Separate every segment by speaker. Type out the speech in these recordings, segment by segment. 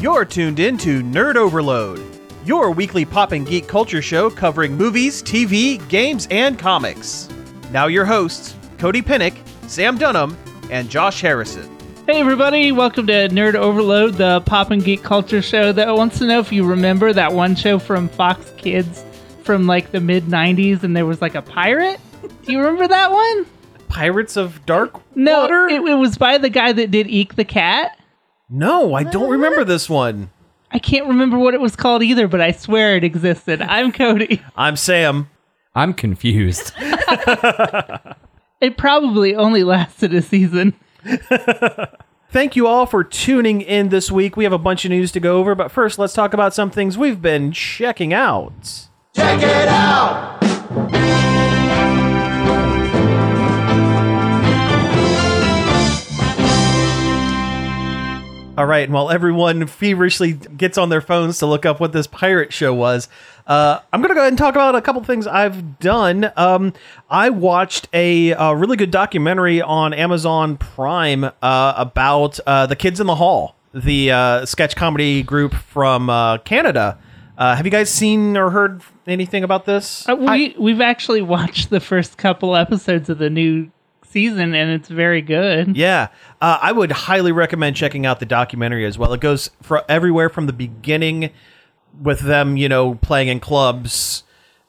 Speaker 1: You're tuned in to Nerd Overload, your weekly pop and geek culture show covering movies, TV, games, and comics. Now, your hosts, Cody Pinnick, Sam Dunham, and Josh Harrison.
Speaker 2: Hey everybody, welcome to Nerd Overload, the pop and geek culture show that wants to know if you remember that one show from Fox Kids from like the mid 90s and there was like a pirate? Do you remember that one?
Speaker 1: Pirates of Dark?
Speaker 2: No,
Speaker 1: Water?
Speaker 2: it, it was by the guy that did Eek the Cat.
Speaker 1: No, I don't remember this one.
Speaker 2: I can't remember what it was called either, but I swear it existed. I'm Cody.
Speaker 1: I'm Sam.
Speaker 3: I'm confused.
Speaker 2: It probably only lasted a season.
Speaker 1: Thank you all for tuning in this week. We have a bunch of news to go over, but first, let's talk about some things we've been checking out. All right, and while everyone feverishly gets on their phones to look up what this pirate show was, uh, I'm going to go ahead and talk about a couple things I've done. Um, I watched a, uh really good documentary on Amazon Prime uh, about uh, the Kids in the Hall, the uh, sketch comedy group from uh, Canada. Uh, have you guys seen or heard anything about this?
Speaker 2: Uh, We we've actually watched the first couple episodes of the new season and it's very good.
Speaker 1: Yeah, uh, I would highly recommend checking out the documentary as well. It goes for everywhere from the beginning with them, you know, playing in clubs,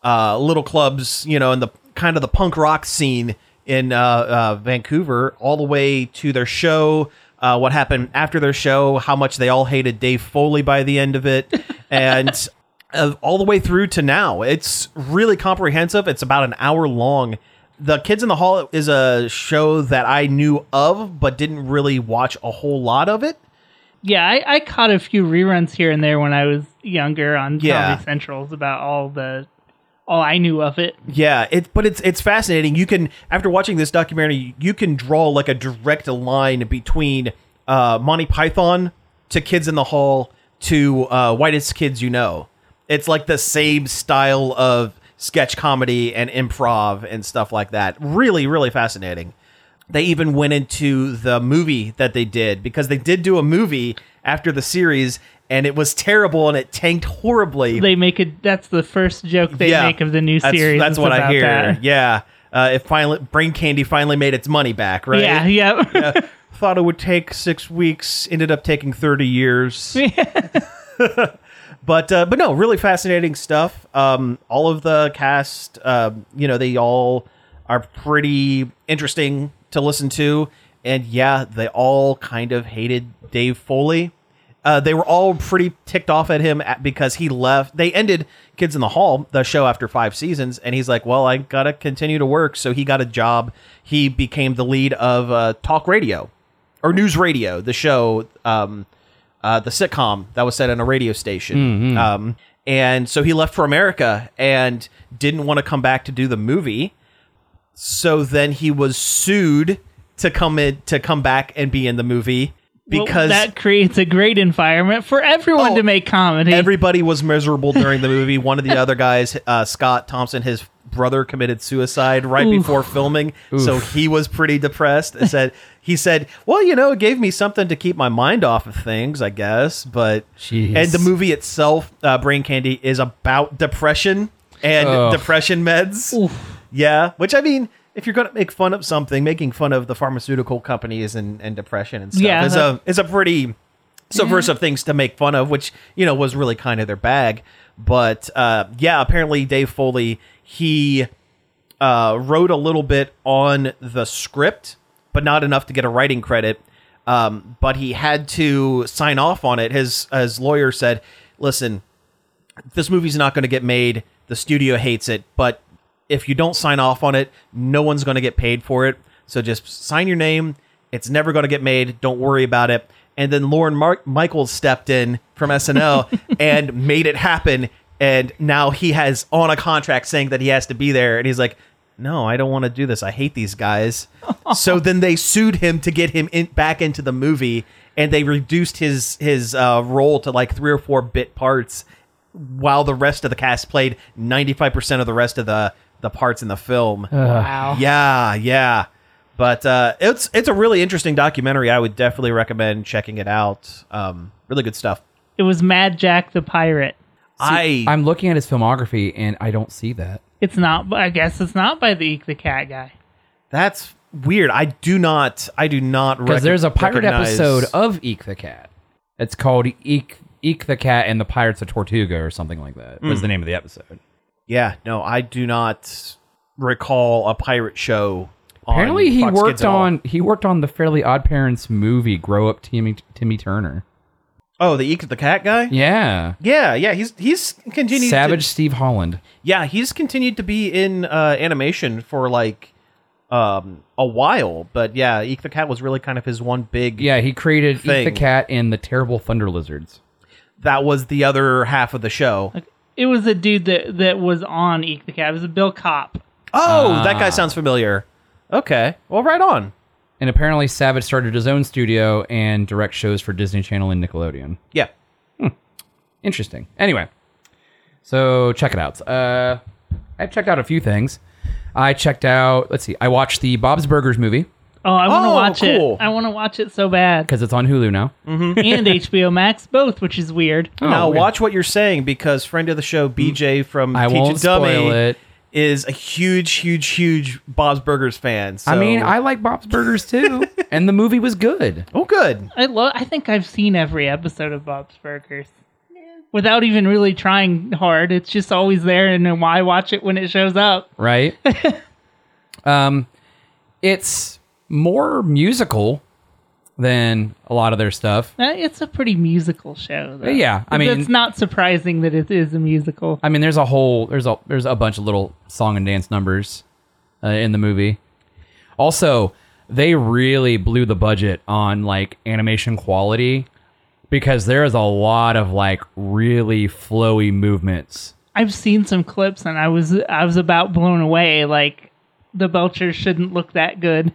Speaker 1: uh, little clubs, you know, in the kind of the punk rock scene in uh, uh, Vancouver, all the way to their show. Uh, what happened after their show? How much they all hated Dave Foley by the end of it, and uh, all the way through to now. It's really comprehensive. It's about an hour long. The Kids in the Hall is a show that I knew of, but didn't really watch a whole lot of it.
Speaker 2: Yeah, I, I caught a few reruns here and there when I was younger on
Speaker 1: Yeah.
Speaker 2: Comedy Central's about all the all I knew of it.
Speaker 1: Yeah, it but it's it's fascinating. You can after watching this documentary, you can draw like a direct line between uh, Monty Python to Kids in the Hall to uh, Whitest Kids You Know. It's like the same style of sketch comedy and improv and stuff like that. Really, really fascinating. They even went into the movie that they did because they did do a movie after the series and it was terrible and it tanked horribly.
Speaker 2: They make it that's the first joke they make of the new
Speaker 1: That's-
Speaker 2: series.
Speaker 1: That's
Speaker 2: is
Speaker 1: what I
Speaker 2: about
Speaker 1: hear.
Speaker 2: that.
Speaker 1: Yeah. Uh, if finally brain candy finally made its money back, right?
Speaker 2: Yeah, yeah.
Speaker 1: Thought it would take six weeks, ended up taking thirty years. but uh, but no, really fascinating stuff. Um, all of the cast, um, you know, they all are pretty interesting to listen to, and yeah, they all kind of hated Dave Foley. Uh, they were all pretty ticked off at him at, because he left. They ended Kids in the Hall, the show after five seasons, and he's like, "Well, I gotta continue to work." So he got a job. He became the lead of uh, talk radio or news radio, the show, um, uh, the sitcom that was set on a radio station.
Speaker 2: Mm-hmm.
Speaker 1: Um, and so he left for America and didn't want to come back to do the movie. So then he was sued to come in to come back and be in the movie
Speaker 2: Well,
Speaker 1: because
Speaker 2: that creates a great environment for everyone
Speaker 1: Oh,
Speaker 2: to make comedy.
Speaker 1: everybody was miserable during the movie. One of the other guys, uh, Scott Thompson, his brother committed suicide right before filming, so he was pretty depressed. And said he said, "Well, you know, it gave me something to keep my mind off of things, I guess." But
Speaker 3: Jeez.
Speaker 1: and the movie itself, uh, Brain Candy, is about depression and
Speaker 3: Ugh.
Speaker 1: depression meds. Yeah, which I mean. If you're gonna make fun of something, making fun of the pharmaceutical companies and, and depression and stuff
Speaker 2: Yeah,
Speaker 1: is
Speaker 2: that-
Speaker 1: a is a pretty subversive things to make fun of, which you know was really kind of their bag. But uh, yeah, apparently Dave Foley he uh, wrote a little bit on the script, but not enough to get a writing credit. Um, but he had to sign off on it. His his lawyer said, "Listen, this movie's not going to get made. The studio hates it, but if you don't sign off on it, no one's going to get paid for it. So just sign your name. It's never going to get made. Don't worry about it. And then Lauren Mar- Michaels stepped in from SNL and made it happen. And now he has on a contract saying that he has to be there. And he's like, no, I don't want to do this. I hate these guys. so then they sued him to get him in, back into the movie, and they reduced his his uh, role to like three or four bit parts, while the rest of the cast played ninety five percent of the rest of the the parts in the film.
Speaker 3: Uh-huh.
Speaker 2: wow.
Speaker 1: Yeah, yeah. But uh, it's it's a really interesting documentary. I would definitely recommend checking it out. Um, really good stuff.
Speaker 2: It was Mad Jack the Pirate.
Speaker 1: I
Speaker 3: I'm looking at his filmography and I don't see that.
Speaker 2: It's not. I guess it's not by the Eek the Cat guy.
Speaker 1: that's weird. I do not. I do not
Speaker 3: Because
Speaker 1: recognize.
Speaker 3: there's a pirate episode of Eek the Cat. It's called Eek Eek the Cat and the Pirates of Tortuga or something like that. Was the
Speaker 1: Hmm.
Speaker 3: name of the episode?
Speaker 1: yeah, no, I do not recall a pirate show. on
Speaker 3: Apparently, he
Speaker 1: Fox Kids
Speaker 3: worked
Speaker 1: at all.
Speaker 3: on he worked on the Fairly Odd Parents movie Grow Up Timmy Timmy Turner.
Speaker 1: Oh, the Eek the Cat guy.
Speaker 3: Yeah,
Speaker 1: Yeah, yeah, he's he's continued.
Speaker 3: Savage
Speaker 1: To,
Speaker 3: Steve Holland.
Speaker 1: yeah, he's continued to be in uh, animation for like um a while, but yeah, Eek the Cat was really kind of his one big.
Speaker 3: Yeah, he created Eek the
Speaker 1: Thing.
Speaker 3: Cat and the Terrible Thunder Lizards.
Speaker 1: that was the other half of the show.
Speaker 2: It was a dude that that was on Eek the Cat. It was a Bill Cop.
Speaker 1: Oh,
Speaker 3: ah.
Speaker 1: that guy sounds familiar. Okay, well, right on.
Speaker 3: And apparently, Savage started his own studio and direct shows for Disney Channel and Nickelodeon.
Speaker 1: Yeah,
Speaker 3: Interesting. Anyway, so check it out. Uh, I've checked out a few things. I checked out. Let's see. I watched the Bob's Burgers movie
Speaker 2: Oh, I want to
Speaker 1: Oh,
Speaker 2: watch
Speaker 1: cool.
Speaker 2: it. I want to watch it so bad.
Speaker 3: because it's on Hulu now.
Speaker 2: and HBO Max, both, which is weird.
Speaker 3: Oh,
Speaker 1: Mm. now
Speaker 3: weird.
Speaker 1: watch what you're saying because friend of the show BJ from
Speaker 3: I
Speaker 1: Teach
Speaker 3: won't
Speaker 1: and Dummy
Speaker 3: spoil it.
Speaker 1: is a huge, huge, huge Bob's Burgers fan. So.
Speaker 3: I mean, I like Bob's Burgers too, and the movie was good.
Speaker 1: oh good.
Speaker 2: I love. I think I've seen every episode of Bob's Burgers without even really trying hard. It's just always there, and then why watch it when it shows up?
Speaker 3: right? um, it's more musical than a lot of their stuff.
Speaker 2: Uh, It's a pretty musical show, though.
Speaker 3: Uh, Yeah, I mean-
Speaker 2: it's not surprising that it is a musical.
Speaker 3: I mean, there's a whole there's a there's a bunch of little song and dance numbers uh, in the movie. Also, they really blew the budget on like animation quality because there is a lot of like really flowy movements.
Speaker 2: I've seen some clips, and I was I was about blown away. Like the Belcher shouldn't look that good.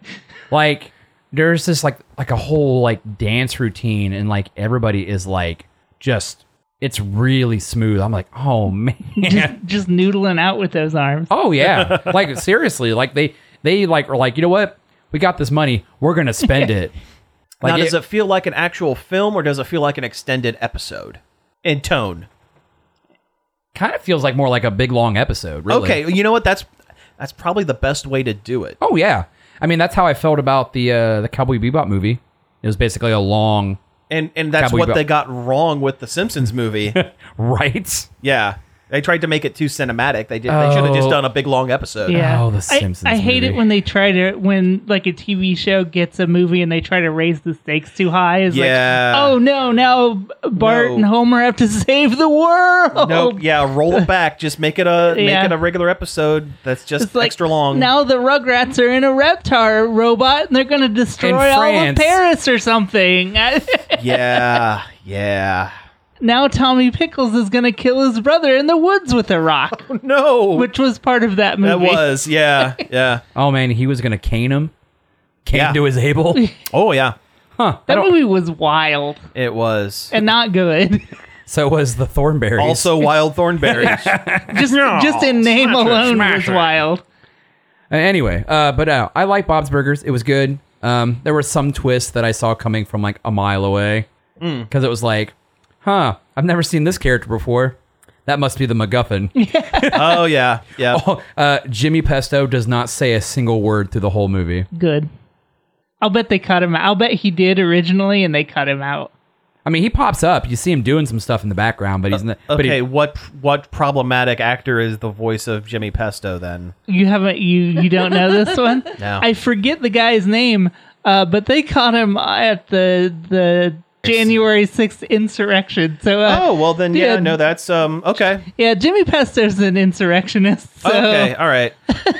Speaker 3: like there's this like like a whole like dance routine and like everybody is like just it's really smooth i'm like oh
Speaker 2: Just,
Speaker 3: man
Speaker 2: just noodling out with those arms.
Speaker 3: oh yeah like seriously like they they like are like you know what we got this money we're gonna spend it
Speaker 1: now,
Speaker 3: like
Speaker 1: does
Speaker 3: it,
Speaker 1: it feel like an actual film or does it feel like an extended episode in tone?
Speaker 3: kind of feels like more like a big long episode really
Speaker 1: Okay, you know what? That's that's probably the best way to do it.
Speaker 3: oh yeah i mean that's how i felt about the uh the cowboy bebop movie it was basically a long
Speaker 1: And and that's
Speaker 3: Cowboy
Speaker 1: what
Speaker 3: Bebop.
Speaker 1: they got wrong with the Simpsons movie.
Speaker 3: right
Speaker 1: yeah. They tried to make it too cinematic. They did. They should have
Speaker 3: Oh.
Speaker 1: just done a big long episode.
Speaker 2: Yeah.
Speaker 3: Oh, the
Speaker 2: I-
Speaker 3: Simpsons
Speaker 2: I, hate
Speaker 3: movie.
Speaker 2: it when they try to when like a TV show gets a movie and they try to raise the stakes too high. Is
Speaker 1: Yeah.
Speaker 2: like, oh no, now Bart
Speaker 1: No.
Speaker 2: and Homer have to save the world.
Speaker 1: Nope. Yeah, roll it back. Just make it a
Speaker 2: Oh. Yeah.
Speaker 1: make it a regular episode that's just
Speaker 2: It's like,
Speaker 1: extra long.
Speaker 2: Now the Rugrats are in a Reptar robot and they're going to destroy all of
Speaker 3: France.
Speaker 2: Paris or something.
Speaker 1: yeah, yeah.
Speaker 2: now Tommy Pickles is going to kill his brother in the woods with a rock,
Speaker 1: Oh, No,
Speaker 2: which was part of that
Speaker 1: that
Speaker 2: movie.
Speaker 1: was yeah, yeah.
Speaker 3: oh man he was gonna cane him cane
Speaker 1: Yeah.
Speaker 3: to his able
Speaker 1: Oh yeah,
Speaker 3: huh I
Speaker 2: That
Speaker 3: don't-
Speaker 2: movie was wild
Speaker 1: it was.
Speaker 2: and not good.
Speaker 3: so was the thornberry
Speaker 1: Also, wild thornberries.
Speaker 2: just just in name alone was wild.
Speaker 3: Uh, Anyway, uh, but uh, I like Bob's Burgers. It was good. Um, there were some twists that I saw coming from like a mile away
Speaker 1: Hmm.
Speaker 3: because it was like, huh, I've never seen this character before. That must be the MacGuffin.
Speaker 1: oh yeah, yeah.
Speaker 3: uh, Jimmy Pesto does not say a single word through the whole movie.
Speaker 2: Good. I'll bet they cut him out. I'll bet he did originally and they cut him out.
Speaker 3: I mean, he pops up. You see him doing some stuff in the background, but he's not. Oh, but
Speaker 1: Uh, Okay,
Speaker 3: he,
Speaker 1: what what problematic actor is the voice of Jimmy Pesto then?
Speaker 2: You haven't you you don't know this one?
Speaker 1: No.
Speaker 2: I forget the guy's name, uh, but they caught him at the the January 6th insurrection. So uh,
Speaker 1: Oh well, then yeah,
Speaker 2: yeah.
Speaker 1: no, that's um okay,
Speaker 2: yeah, Jimmy Pesto's an insurrectionist. So
Speaker 1: okay, all right.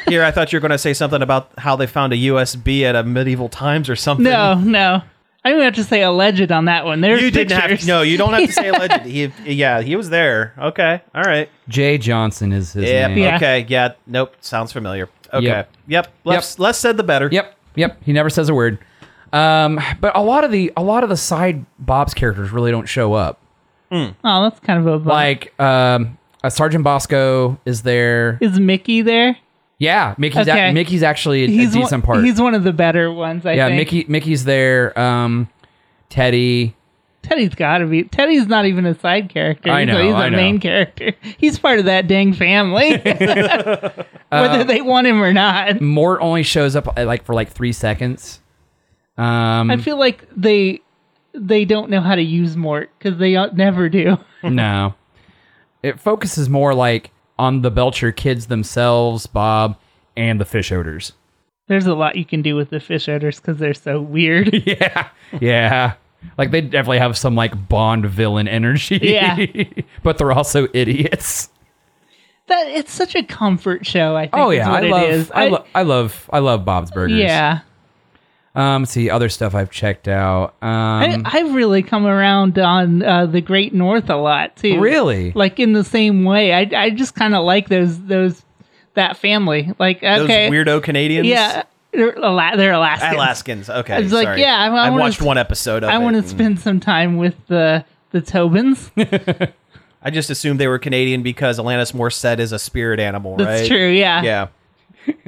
Speaker 1: Here, I thought you were going to say something about how they found a USB at a medieval times or something.
Speaker 2: no, no. I don't have to say alleged on that one. There's
Speaker 1: you didn't have
Speaker 2: pictures.
Speaker 1: to. No, you don't have to say legend. He, yeah, he was there. Okay, all right.
Speaker 3: Jay Johnson is his
Speaker 1: Yep.
Speaker 3: name.
Speaker 2: Yeah.
Speaker 1: Okay. Yeah. Nope. Sounds familiar. Okay.
Speaker 3: Yep.
Speaker 1: Yep. Less, less said, the better.
Speaker 3: Yep, yep. He never says a word. Um, but a lot of the a lot of the side Bob's characters really don't show up.
Speaker 2: Oh, that's kind of a bummer.
Speaker 3: Like um, uh, Sergeant Bosco is there.
Speaker 2: is Mickey there?
Speaker 3: Yeah, Mickey's a-
Speaker 2: Okay.
Speaker 3: Mickey's actually a, a
Speaker 2: He's
Speaker 3: decent
Speaker 2: one,
Speaker 3: part.
Speaker 2: He's one of the better ones, I
Speaker 3: yeah,
Speaker 2: think.
Speaker 3: Mickey Mickey's there. Um, Teddy,
Speaker 2: Teddy's got to be. Teddy's not even a side character.
Speaker 3: I
Speaker 2: He's
Speaker 3: know,
Speaker 2: a- He's a
Speaker 3: I know.
Speaker 2: main character. He's part of that dang family,
Speaker 3: Uh,
Speaker 2: whether they want him or not.
Speaker 3: Mort only shows up uh, like for like three seconds. Um,
Speaker 2: I feel like they they don't know how to use Mort because they uh, never do.
Speaker 3: no. It focuses more like on the Belcher kids themselves, Bob, and the fish odors.
Speaker 2: There's a lot you can do with the fish odors because they're so weird.
Speaker 3: Yeah. Yeah. Like they definitely have some like Bond villain energy.
Speaker 2: Yeah.
Speaker 3: but they're also idiots.
Speaker 2: that it's such a comfort show. I think.
Speaker 3: Oh
Speaker 2: is
Speaker 3: yeah, I
Speaker 2: what it
Speaker 3: love
Speaker 2: is.
Speaker 3: I, lo- I love I love Bob's Burgers.
Speaker 2: yeah.
Speaker 3: Um let's see other stuff I've checked out.
Speaker 2: I,
Speaker 1: Mm-hmm.
Speaker 3: Um
Speaker 2: I've really come around on uh, the Great North a lot too.
Speaker 3: Really?
Speaker 2: like in the same way. I I just kind of like those those that family. Like
Speaker 1: Those
Speaker 2: okay,
Speaker 1: weirdo Canadians.
Speaker 2: yeah, they're, Ala- they're Alaskans.
Speaker 1: Alaskans. Okay. I
Speaker 2: was like, yeah, I- I wanna
Speaker 1: watched
Speaker 2: sp-
Speaker 1: one episode of
Speaker 2: I
Speaker 1: it.
Speaker 2: want to
Speaker 1: and
Speaker 2: spend some time with the the Tobins.
Speaker 1: I just assumed they were Canadian because Alanis Morissette is a spirit animal, right?
Speaker 2: That's true. Yeah.
Speaker 1: Yeah.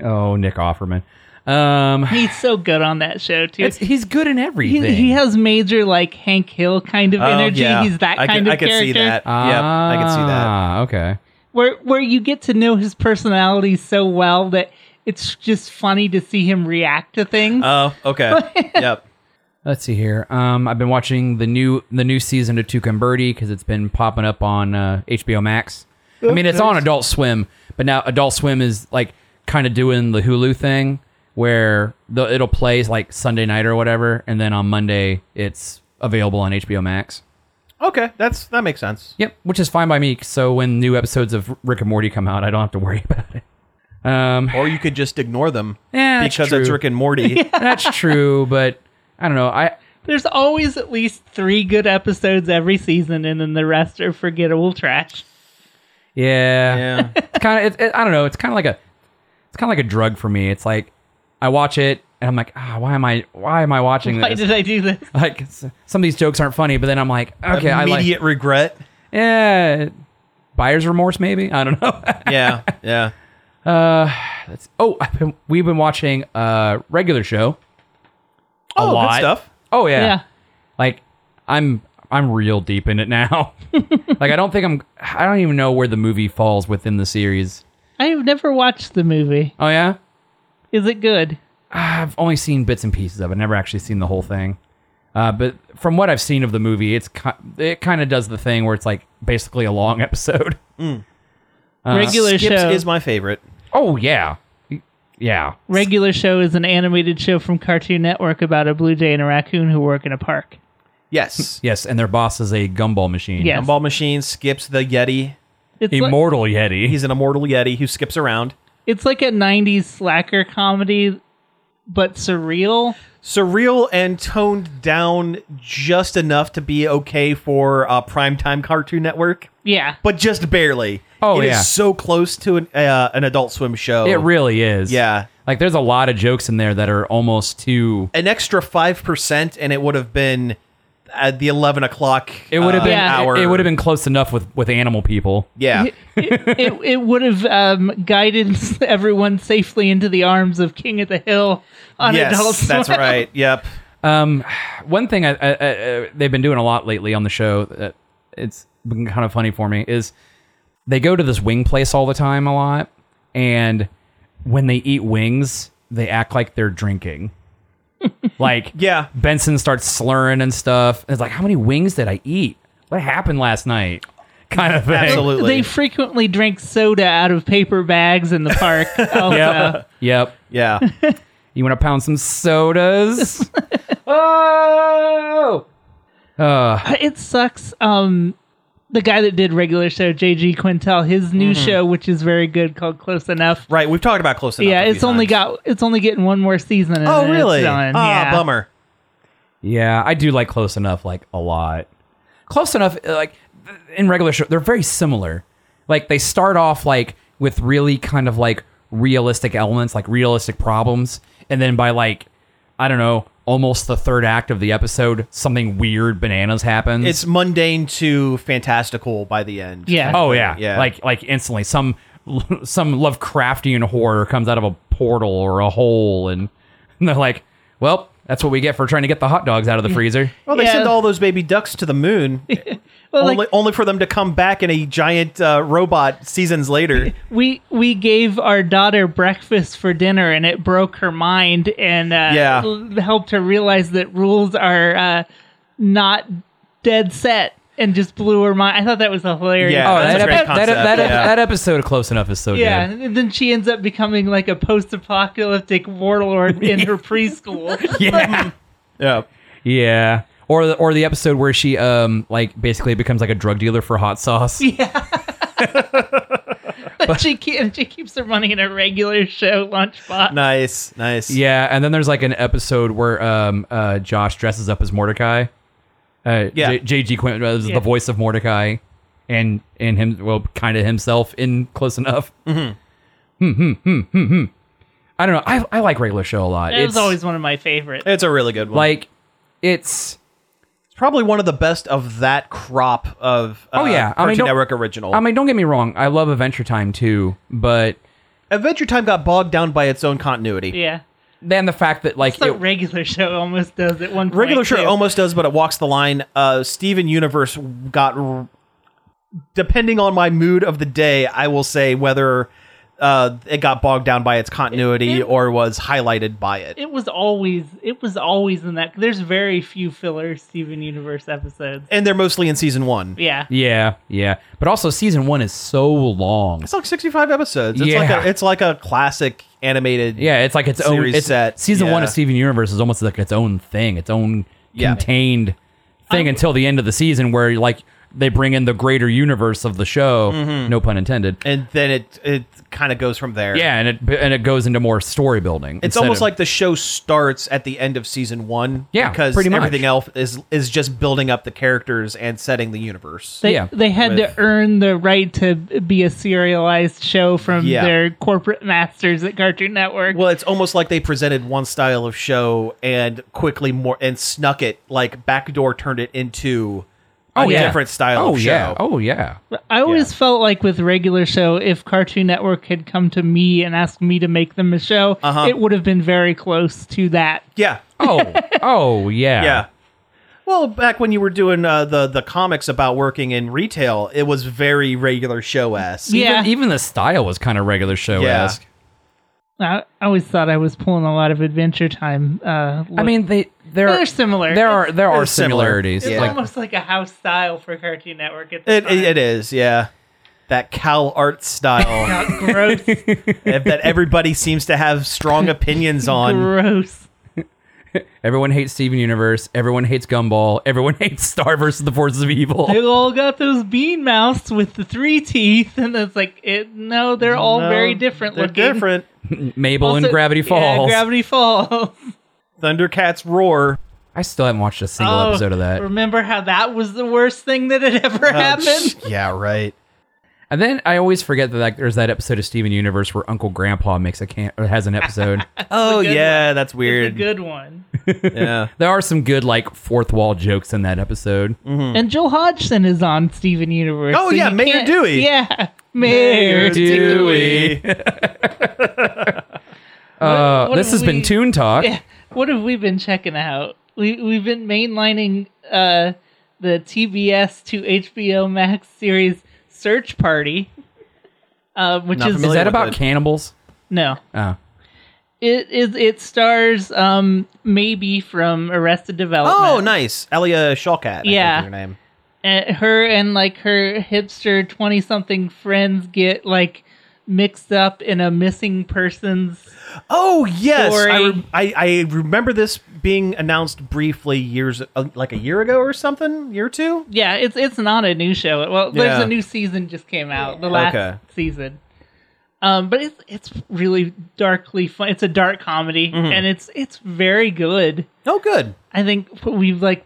Speaker 3: oh Nick Offerman. Um
Speaker 2: he's so good on that show too.
Speaker 3: it's, he's good in everything.
Speaker 2: He, he has major like Hank Hill kind of
Speaker 1: Oh,
Speaker 2: energy.
Speaker 1: yeah.
Speaker 2: He's that
Speaker 1: I
Speaker 2: kind
Speaker 1: can,
Speaker 2: of
Speaker 1: I can
Speaker 2: character.
Speaker 1: see that. yeah, I can see that.
Speaker 3: Ah, Okay.
Speaker 2: where where you get to know his personality so well that it's just funny to see him react to things.
Speaker 1: Oh, okay. yep.
Speaker 3: Let's see here. Um, I've been watching the new the new season of Tuca and Birdie because it's been popping up on uh, HBO Max. I mean, it's on Adult Swim, but now Adult Swim is like kind of doing the Hulu thing where the, it'll play like Sunday night or whatever, and then on Monday it's available on HBO Max.
Speaker 1: Okay, that's that makes sense.
Speaker 3: Yep, which is fine by me. So when new episodes of Rick and Morty come out, I don't have to worry about it. Um,
Speaker 1: Or you could just ignore them
Speaker 3: Yeah, that's
Speaker 1: because it's
Speaker 3: true.
Speaker 1: Rick and Morty.
Speaker 3: that's true, but I don't know. I
Speaker 2: There's always at least three good episodes every season, and then the rest are forgettable trash.
Speaker 1: Yeah.
Speaker 3: kind of it, it, i don't know it's kind of like a it's kind of like a drug for me it's like i watch it and i'm like ah, why am i why am i watching
Speaker 2: Why
Speaker 3: this
Speaker 2: did I do this?
Speaker 3: like s- some of these jokes aren't funny but then i'm like okay i like
Speaker 1: Immediate regret.
Speaker 3: yeah buyer's remorse maybe i don't know
Speaker 1: Yeah. Yeah.
Speaker 3: That's- oh I've been, we've been watching uh regular show a
Speaker 1: oh,
Speaker 3: lot
Speaker 1: good stuff.
Speaker 3: oh yeah.
Speaker 2: Yeah.
Speaker 3: like i'm i'm real deep in it now like i don't think i'm i don't even know where the movie falls within the series
Speaker 2: I have never watched the movie.
Speaker 3: oh yeah
Speaker 2: Is it good?
Speaker 3: I've only seen bits and pieces of it. Never actually seen the whole thing. Uh, but from what I've seen of the movie, it's ki- it kind of does the thing where it's like basically a long episode.
Speaker 2: regular
Speaker 1: Skips
Speaker 2: show
Speaker 1: is my favorite.
Speaker 3: Oh yeah, yeah.
Speaker 2: Regular show is an animated show from Cartoon Network about a blue jay and a raccoon who work in a park.
Speaker 1: Yes.
Speaker 3: Yes, and their boss is a gumball machine.
Speaker 2: Yes.
Speaker 1: Gumball machine skips the Yeti.
Speaker 2: It's like-
Speaker 3: immortal yeti.
Speaker 1: He's an immortal Yeti who skips around.
Speaker 2: it's like a '90s slacker comedy, but surreal.
Speaker 1: Surreal and toned down just enough to be okay for uh, primetime Cartoon Network,
Speaker 2: Yeah.
Speaker 1: but just barely.
Speaker 3: Oh,
Speaker 1: It is
Speaker 3: yeah.
Speaker 1: so close to an uh, an Adult Swim show.
Speaker 3: it really is.
Speaker 1: Yeah.
Speaker 3: like there's a lot of jokes in there that are almost too.
Speaker 1: an extra five percent, and it would have been at the eleven o'clock.
Speaker 3: It would have
Speaker 1: uh,
Speaker 3: been.
Speaker 2: Yeah.
Speaker 1: hour.
Speaker 3: It, would have been close enough with with animal people.
Speaker 1: Yeah.
Speaker 2: it, it, it would have um, guided everyone safely into the arms of King of the Hill on
Speaker 1: yes,
Speaker 2: Adult Swim.
Speaker 1: that's right. Yep.
Speaker 3: one thing I, I, I, they've been doing a lot lately on the show that it's been kind of funny for me is they go to this wing place all the time a lot and when they eat wings they act like they're drinking like
Speaker 1: Yeah.
Speaker 3: benson starts slurring and stuff it's like how many wings did i eat what happened last night kind of thing
Speaker 1: Absolutely.
Speaker 2: They frequently drink soda out of paper bags in the park. Oh, Also.
Speaker 3: yep yep
Speaker 1: yeah.
Speaker 3: You want to pound some sodas? oh,
Speaker 2: It sucks. Um, the guy that did regular show, JG Quintel, his new show, which is very good, called Close Enough.
Speaker 1: Mm-hmm. Right. We've talked about close enough.
Speaker 2: Yeah,
Speaker 1: a few
Speaker 2: it's only
Speaker 1: times.
Speaker 2: got it's only getting one more season. And
Speaker 1: Oh,
Speaker 2: then it's
Speaker 1: really?
Speaker 2: done.
Speaker 1: Ah,
Speaker 2: yeah.
Speaker 1: bummer.
Speaker 3: Yeah, I do like Close Enough like a lot. Close Enough uh, like th- in regular show they're very similar. Like they start off like with really kind of like realistic elements, like realistic problems, and then by like I don't know, almost the third act of the episode, something weird bananas happens.
Speaker 1: It's mundane to fantastical by the end.
Speaker 2: Yeah.
Speaker 3: oh yeah.
Speaker 1: Yeah.
Speaker 3: Like like instantly some some Lovecraftian horror comes out of a portal or a hole and, and they're like, "Well, That's what we get for trying to get the hot dogs out of the freezer.
Speaker 1: Well, they
Speaker 2: Yeah.
Speaker 1: send all those baby ducks to the moon,
Speaker 2: Well,
Speaker 1: only,
Speaker 2: like-
Speaker 1: only for them to come back in a giant uh, robot seasons later.
Speaker 2: we we gave our daughter breakfast for dinner and it broke her mind and uh,
Speaker 1: Yeah.
Speaker 2: l- helped her realize that rules are uh, not dead set and just blew her mind. I thought that was a hilarious.
Speaker 1: Yeah.
Speaker 3: Oh,
Speaker 1: that's
Speaker 3: that,
Speaker 1: a great
Speaker 3: ep- that,
Speaker 1: concept,
Speaker 3: that, e-
Speaker 1: yeah.
Speaker 3: that episode of Close Enough is so
Speaker 2: Yeah,
Speaker 3: good.
Speaker 2: and then she ends up becoming like a post-apocalyptic warlord in her preschool.
Speaker 3: Yeah.
Speaker 1: Yeah.
Speaker 3: yeah. Or the, or the episode where she um like basically becomes like a drug dealer for hot sauce.
Speaker 2: but she ke- and she keeps her money in a regular show lunchbox.
Speaker 1: Nice, nice.
Speaker 3: Yeah, and then there's like an episode where um uh Josh dresses up as Mordecai. Uh,
Speaker 1: Yeah.
Speaker 3: J- JG Quinn was
Speaker 2: Yeah.
Speaker 3: the voice of Mordecai, and and him well kind of himself in close enough. Hmm.
Speaker 1: Mm-hmm.
Speaker 3: Hmm. Hmm. Hmm. Hmm. I don't know. I I like regular show a lot.
Speaker 2: It was always one of my favorites.
Speaker 1: It's a really good one.
Speaker 3: like it's.
Speaker 1: it's probably one of the best of that crop of uh,
Speaker 3: Oh, yeah. I
Speaker 1: Cartoon
Speaker 3: mean, don't-
Speaker 1: Network original.
Speaker 3: I mean, don't get me wrong. I love Adventure Time too, but
Speaker 1: Adventure Time got bogged down by its own continuity.
Speaker 2: Yeah,
Speaker 3: then the fact that like
Speaker 2: it's like
Speaker 3: it-
Speaker 2: regular show almost does at one. point,
Speaker 1: Regular show
Speaker 2: too.
Speaker 1: almost does, but it walks the line. Uh, Steven Universe got, r- depending on my mood of the day, I will say whether uh, it got bogged down by its continuity
Speaker 2: It- it-
Speaker 1: or was highlighted by it.
Speaker 2: it was always it was always in that there's very few filler steven universe episodes
Speaker 1: And they're mostly in season one.
Speaker 2: yeah
Speaker 3: yeah, yeah. But also, season one is so long.
Speaker 1: It's like sixty-five episodes. It's like
Speaker 3: Yeah.
Speaker 1: a, it's like a classic animated.
Speaker 3: Yeah, it's like its own
Speaker 1: Series
Speaker 3: it's,
Speaker 1: set,
Speaker 3: Season
Speaker 1: yeah.
Speaker 3: one of Steven Universe is almost like its own thing, its own
Speaker 1: Yeah.
Speaker 3: contained thing
Speaker 2: I-
Speaker 3: until the end of the season, where like they bring in the greater universe of the show. No pun intended.
Speaker 1: Mm-hmm. and then it it kind of goes from there.
Speaker 3: Yeah, and it and it goes into more story building.
Speaker 1: It's
Speaker 3: instead
Speaker 1: almost
Speaker 3: of-
Speaker 1: like the show starts at the end of season one.
Speaker 3: Yeah,
Speaker 1: because
Speaker 3: pretty much.
Speaker 1: everything else is is just building up the characters and setting the universe.
Speaker 2: they,
Speaker 3: Yeah.
Speaker 2: they had
Speaker 1: With-
Speaker 2: to earn the right to be a serialized show from
Speaker 1: Yeah.
Speaker 2: their corporate masters at cartoon network
Speaker 1: Well, it's almost like they presented one style of show and quickly more and snuck it like backdoor turned it into a
Speaker 3: yeah.
Speaker 1: different style
Speaker 3: Oh
Speaker 1: of show.
Speaker 3: yeah, oh yeah.
Speaker 2: i always felt like with regular show if cartoon network had come to me and asked me to make them a show
Speaker 1: Uh-huh.
Speaker 2: it would have been very close to that
Speaker 1: Yeah.
Speaker 3: Oh, oh yeah,
Speaker 1: Yeah. Well, back when you were doing uh, the the comics about working in retail, it was very regular show esque.
Speaker 2: Yeah.
Speaker 3: Even, even the style was kind of regular show esque.
Speaker 2: I, I always thought i was pulling a lot of adventure time uh
Speaker 3: I mean, they there
Speaker 2: They're similar.
Speaker 3: There are there are
Speaker 1: They're similar.
Speaker 3: similarities.
Speaker 2: It's
Speaker 1: Yeah.
Speaker 3: Like,
Speaker 2: almost like a house style for Cartoon Network. At the
Speaker 1: It,
Speaker 2: time.
Speaker 1: it, it is, yeah. That Cal Art style
Speaker 2: Not gross,
Speaker 1: that that everybody seems to have strong opinions on.
Speaker 2: gross.
Speaker 3: Everyone hates Steven Universe. Everyone hates Gumball. Everyone hates Star versus the Forces of Evil.
Speaker 2: They all got those bean mouths with the three teeth, and it's like, it, no, they're all very different
Speaker 1: They're
Speaker 2: looking.
Speaker 1: different.
Speaker 3: Mabel
Speaker 2: Also-
Speaker 3: and Gravity
Speaker 2: yeah,
Speaker 3: Falls.
Speaker 2: Gravity Falls.
Speaker 1: Thundercats roar.
Speaker 3: I still haven't watched a single
Speaker 2: Oh,
Speaker 3: episode of that.
Speaker 2: Remember how that was the worst thing that had ever happened?
Speaker 1: yeah, right.
Speaker 3: And then I always forget that like, there's that episode of Steven Universe where Uncle Grandpa makes a can or has an episode.
Speaker 1: Oh
Speaker 2: good
Speaker 1: yeah, that's
Speaker 2: It's a
Speaker 1: weird.
Speaker 2: good one.
Speaker 1: yeah.
Speaker 3: there are some good like fourth wall jokes in that episode.
Speaker 1: Hmm.
Speaker 2: And Joel Hodgson is on Steven Universe.
Speaker 1: Oh,
Speaker 2: so
Speaker 1: yeah,
Speaker 2: you
Speaker 1: Mayor
Speaker 2: can't-
Speaker 1: Dewey.
Speaker 2: Yeah, Mayor,
Speaker 3: Dewey. Uh,
Speaker 2: What- what
Speaker 3: this
Speaker 2: have
Speaker 3: has
Speaker 2: we-
Speaker 3: been Toon Talk.
Speaker 2: Yeah. What have we been checking out? We we've been mainlining uh the TBS to HBO Max series Search Party. Uh, which
Speaker 1: Not
Speaker 2: is
Speaker 3: Is
Speaker 1: familiar.
Speaker 3: that
Speaker 1: Really
Speaker 3: about
Speaker 1: good.
Speaker 3: cannibals?
Speaker 2: no.
Speaker 3: Oh.
Speaker 2: It is it stars um maybe from Arrested Development.
Speaker 1: Oh, nice. Elia Shawkat. I think
Speaker 2: Yeah.
Speaker 1: is her name.
Speaker 2: and her and like her hipster 20 something friends get like mixed up in a missing persons
Speaker 1: Oh yes, I,
Speaker 2: Story.
Speaker 1: re- I I remember this being announced briefly years uh, like a year ago or something, year two.
Speaker 2: Yeah, it's it's not a new show. Well, there's
Speaker 1: Yeah.
Speaker 2: a new season just came out, the last
Speaker 1: Okay.
Speaker 2: season. Um, but it's it's really darkly fun. It's a dark comedy,
Speaker 1: Mm-hmm.
Speaker 2: and it's it's very good.
Speaker 1: Oh, good.
Speaker 2: I think we've like,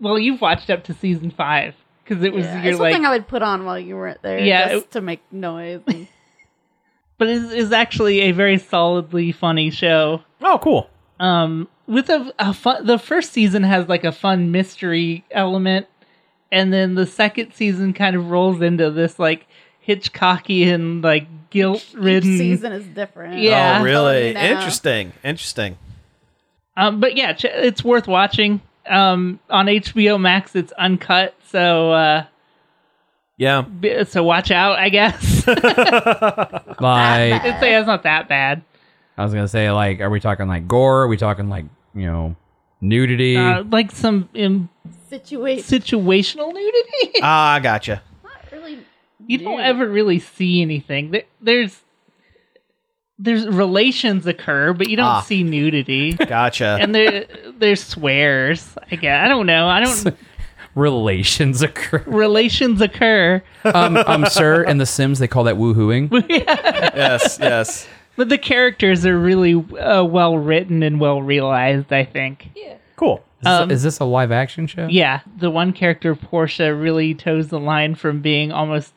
Speaker 2: well, you've watched up to season five because it was
Speaker 4: Yeah,
Speaker 2: your
Speaker 4: it's
Speaker 2: like,
Speaker 4: something I would put on while you weren't there,
Speaker 2: Yeah,
Speaker 4: just
Speaker 2: it-
Speaker 4: to make noise. and-
Speaker 2: but it's, it's actually a very solidly funny show.
Speaker 1: Oh, cool.
Speaker 2: um with a, a fun the first season has like a fun mystery element and then the second season kind of rolls into this like hitchcockian like guilt
Speaker 4: Each
Speaker 2: ridden
Speaker 4: season is different.
Speaker 2: Yeah.
Speaker 1: Oh, really?
Speaker 4: Oh, no.
Speaker 1: Interesting. Interesting.
Speaker 2: Um, but yeah, ch- it's worth watching. Um, on HBO Max, it's uncut, so uh,
Speaker 1: Yeah.
Speaker 2: b- so watch out, I guess. I'd
Speaker 3: Like
Speaker 2: say it's not that bad.
Speaker 3: I was gonna say, like, are we talking like gore? Are we talking like you know nudity?
Speaker 2: Uh, like some um,
Speaker 4: Situation.
Speaker 2: situational nudity.
Speaker 1: Ah, I gotcha.
Speaker 4: Not really.
Speaker 2: you don't
Speaker 4: Dude.
Speaker 2: ever really see anything. There, there's there's relations occur, but you don't
Speaker 1: Ah.
Speaker 2: see nudity.
Speaker 1: Gotcha.
Speaker 2: and there there's swears. I guess I don't know. I don't.
Speaker 3: Relations occur.
Speaker 2: Relations occur,
Speaker 3: um, um, sir, in The Sims, they call that woohooing.
Speaker 1: yes, yes.
Speaker 2: but the characters are really uh, well written and well realized. I think.
Speaker 1: Cool.
Speaker 2: Um,
Speaker 3: is this a live action show?
Speaker 2: Yeah, the one character Portia really toes the line from being almost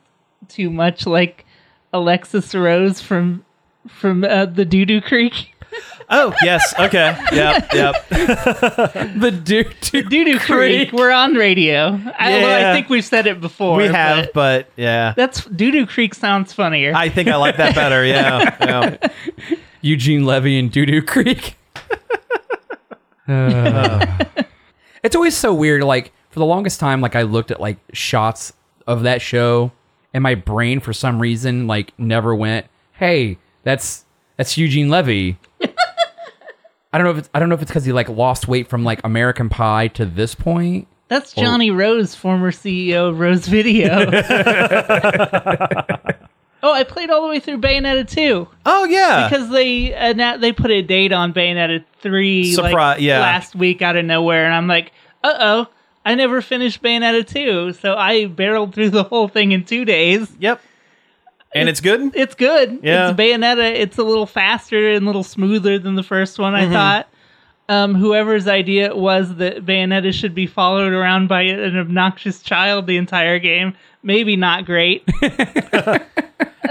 Speaker 2: too much like Alexis Rose from from uh, the Doo Doo Creek.
Speaker 1: Oh, yes. Okay. Yep, yep.
Speaker 3: The dude. dude.
Speaker 2: Doo Doo Creek. We're on radio. I, although I
Speaker 1: Yeah.
Speaker 2: think we've said it before.
Speaker 1: We have,
Speaker 2: but
Speaker 1: but yeah.
Speaker 2: that's Doo Doo Creek sounds funnier.
Speaker 1: I think I like that better. Yeah. yeah.
Speaker 3: Eugene Levy and Doo Doo Creek. Uh, it's always so weird. Like for the longest time, like I looked at like shots of that show, and my brain for some reason like never went, "Hey, that's that's Eugene Levy." I don't know if it's, I don't know if it's because he like lost weight from like American Pie to this point.
Speaker 2: That's Johnny Rose, former CEO of Rose Video. oh, I played all the way through Bayonetta 2
Speaker 1: Oh, yeah.
Speaker 2: because they anna- they put a date on Bayonetta 3 like,
Speaker 1: Surpri- yeah.
Speaker 2: last week out of nowhere and I'm like, "Uh-oh, I never finished Bayonetta 2." So I barreled through the whole thing in 2 days.
Speaker 1: yep. And it's good?
Speaker 2: It's good.
Speaker 1: Yeah.
Speaker 2: It's Bayonetta. It's a little faster and a little smoother than the first one, I thought. Um, whoever's idea it was that Bayonetta should be followed around by an obnoxious child the entire game, maybe not great.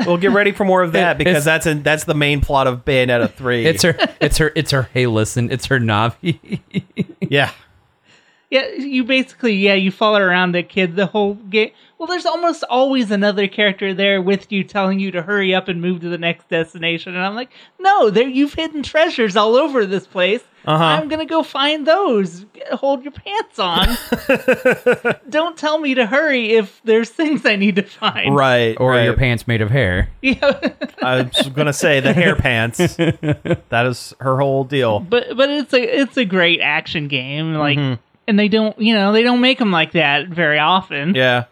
Speaker 1: Well, get ready for more of that
Speaker 3: It-
Speaker 1: because
Speaker 3: it's-
Speaker 1: that's in, that's the main plot of Bayonetta 3.
Speaker 3: It's her. It's her. It's her. Hey, listen. It's her Navi.
Speaker 1: yeah.
Speaker 2: yeah, you basically, yeah, you follow around the kid the whole game. Well, there's almost always another character there with you telling you to hurry up and move to the next destination. And I'm like, no, there you've hidden treasures all over this place.
Speaker 1: Uh-huh.
Speaker 2: I'm gonna go find those. Hold your pants on. Don't tell me to hurry if there's things I need to find.
Speaker 1: Right.
Speaker 3: or
Speaker 1: right.
Speaker 3: your pants made of hair.
Speaker 2: Yeah.
Speaker 1: I was going to say the hair pants. That is her whole deal.
Speaker 2: but but it's a it's a great action game. Like,
Speaker 1: Mm-hmm.
Speaker 2: and they don't you know they don't make them like that very often.
Speaker 1: Yeah.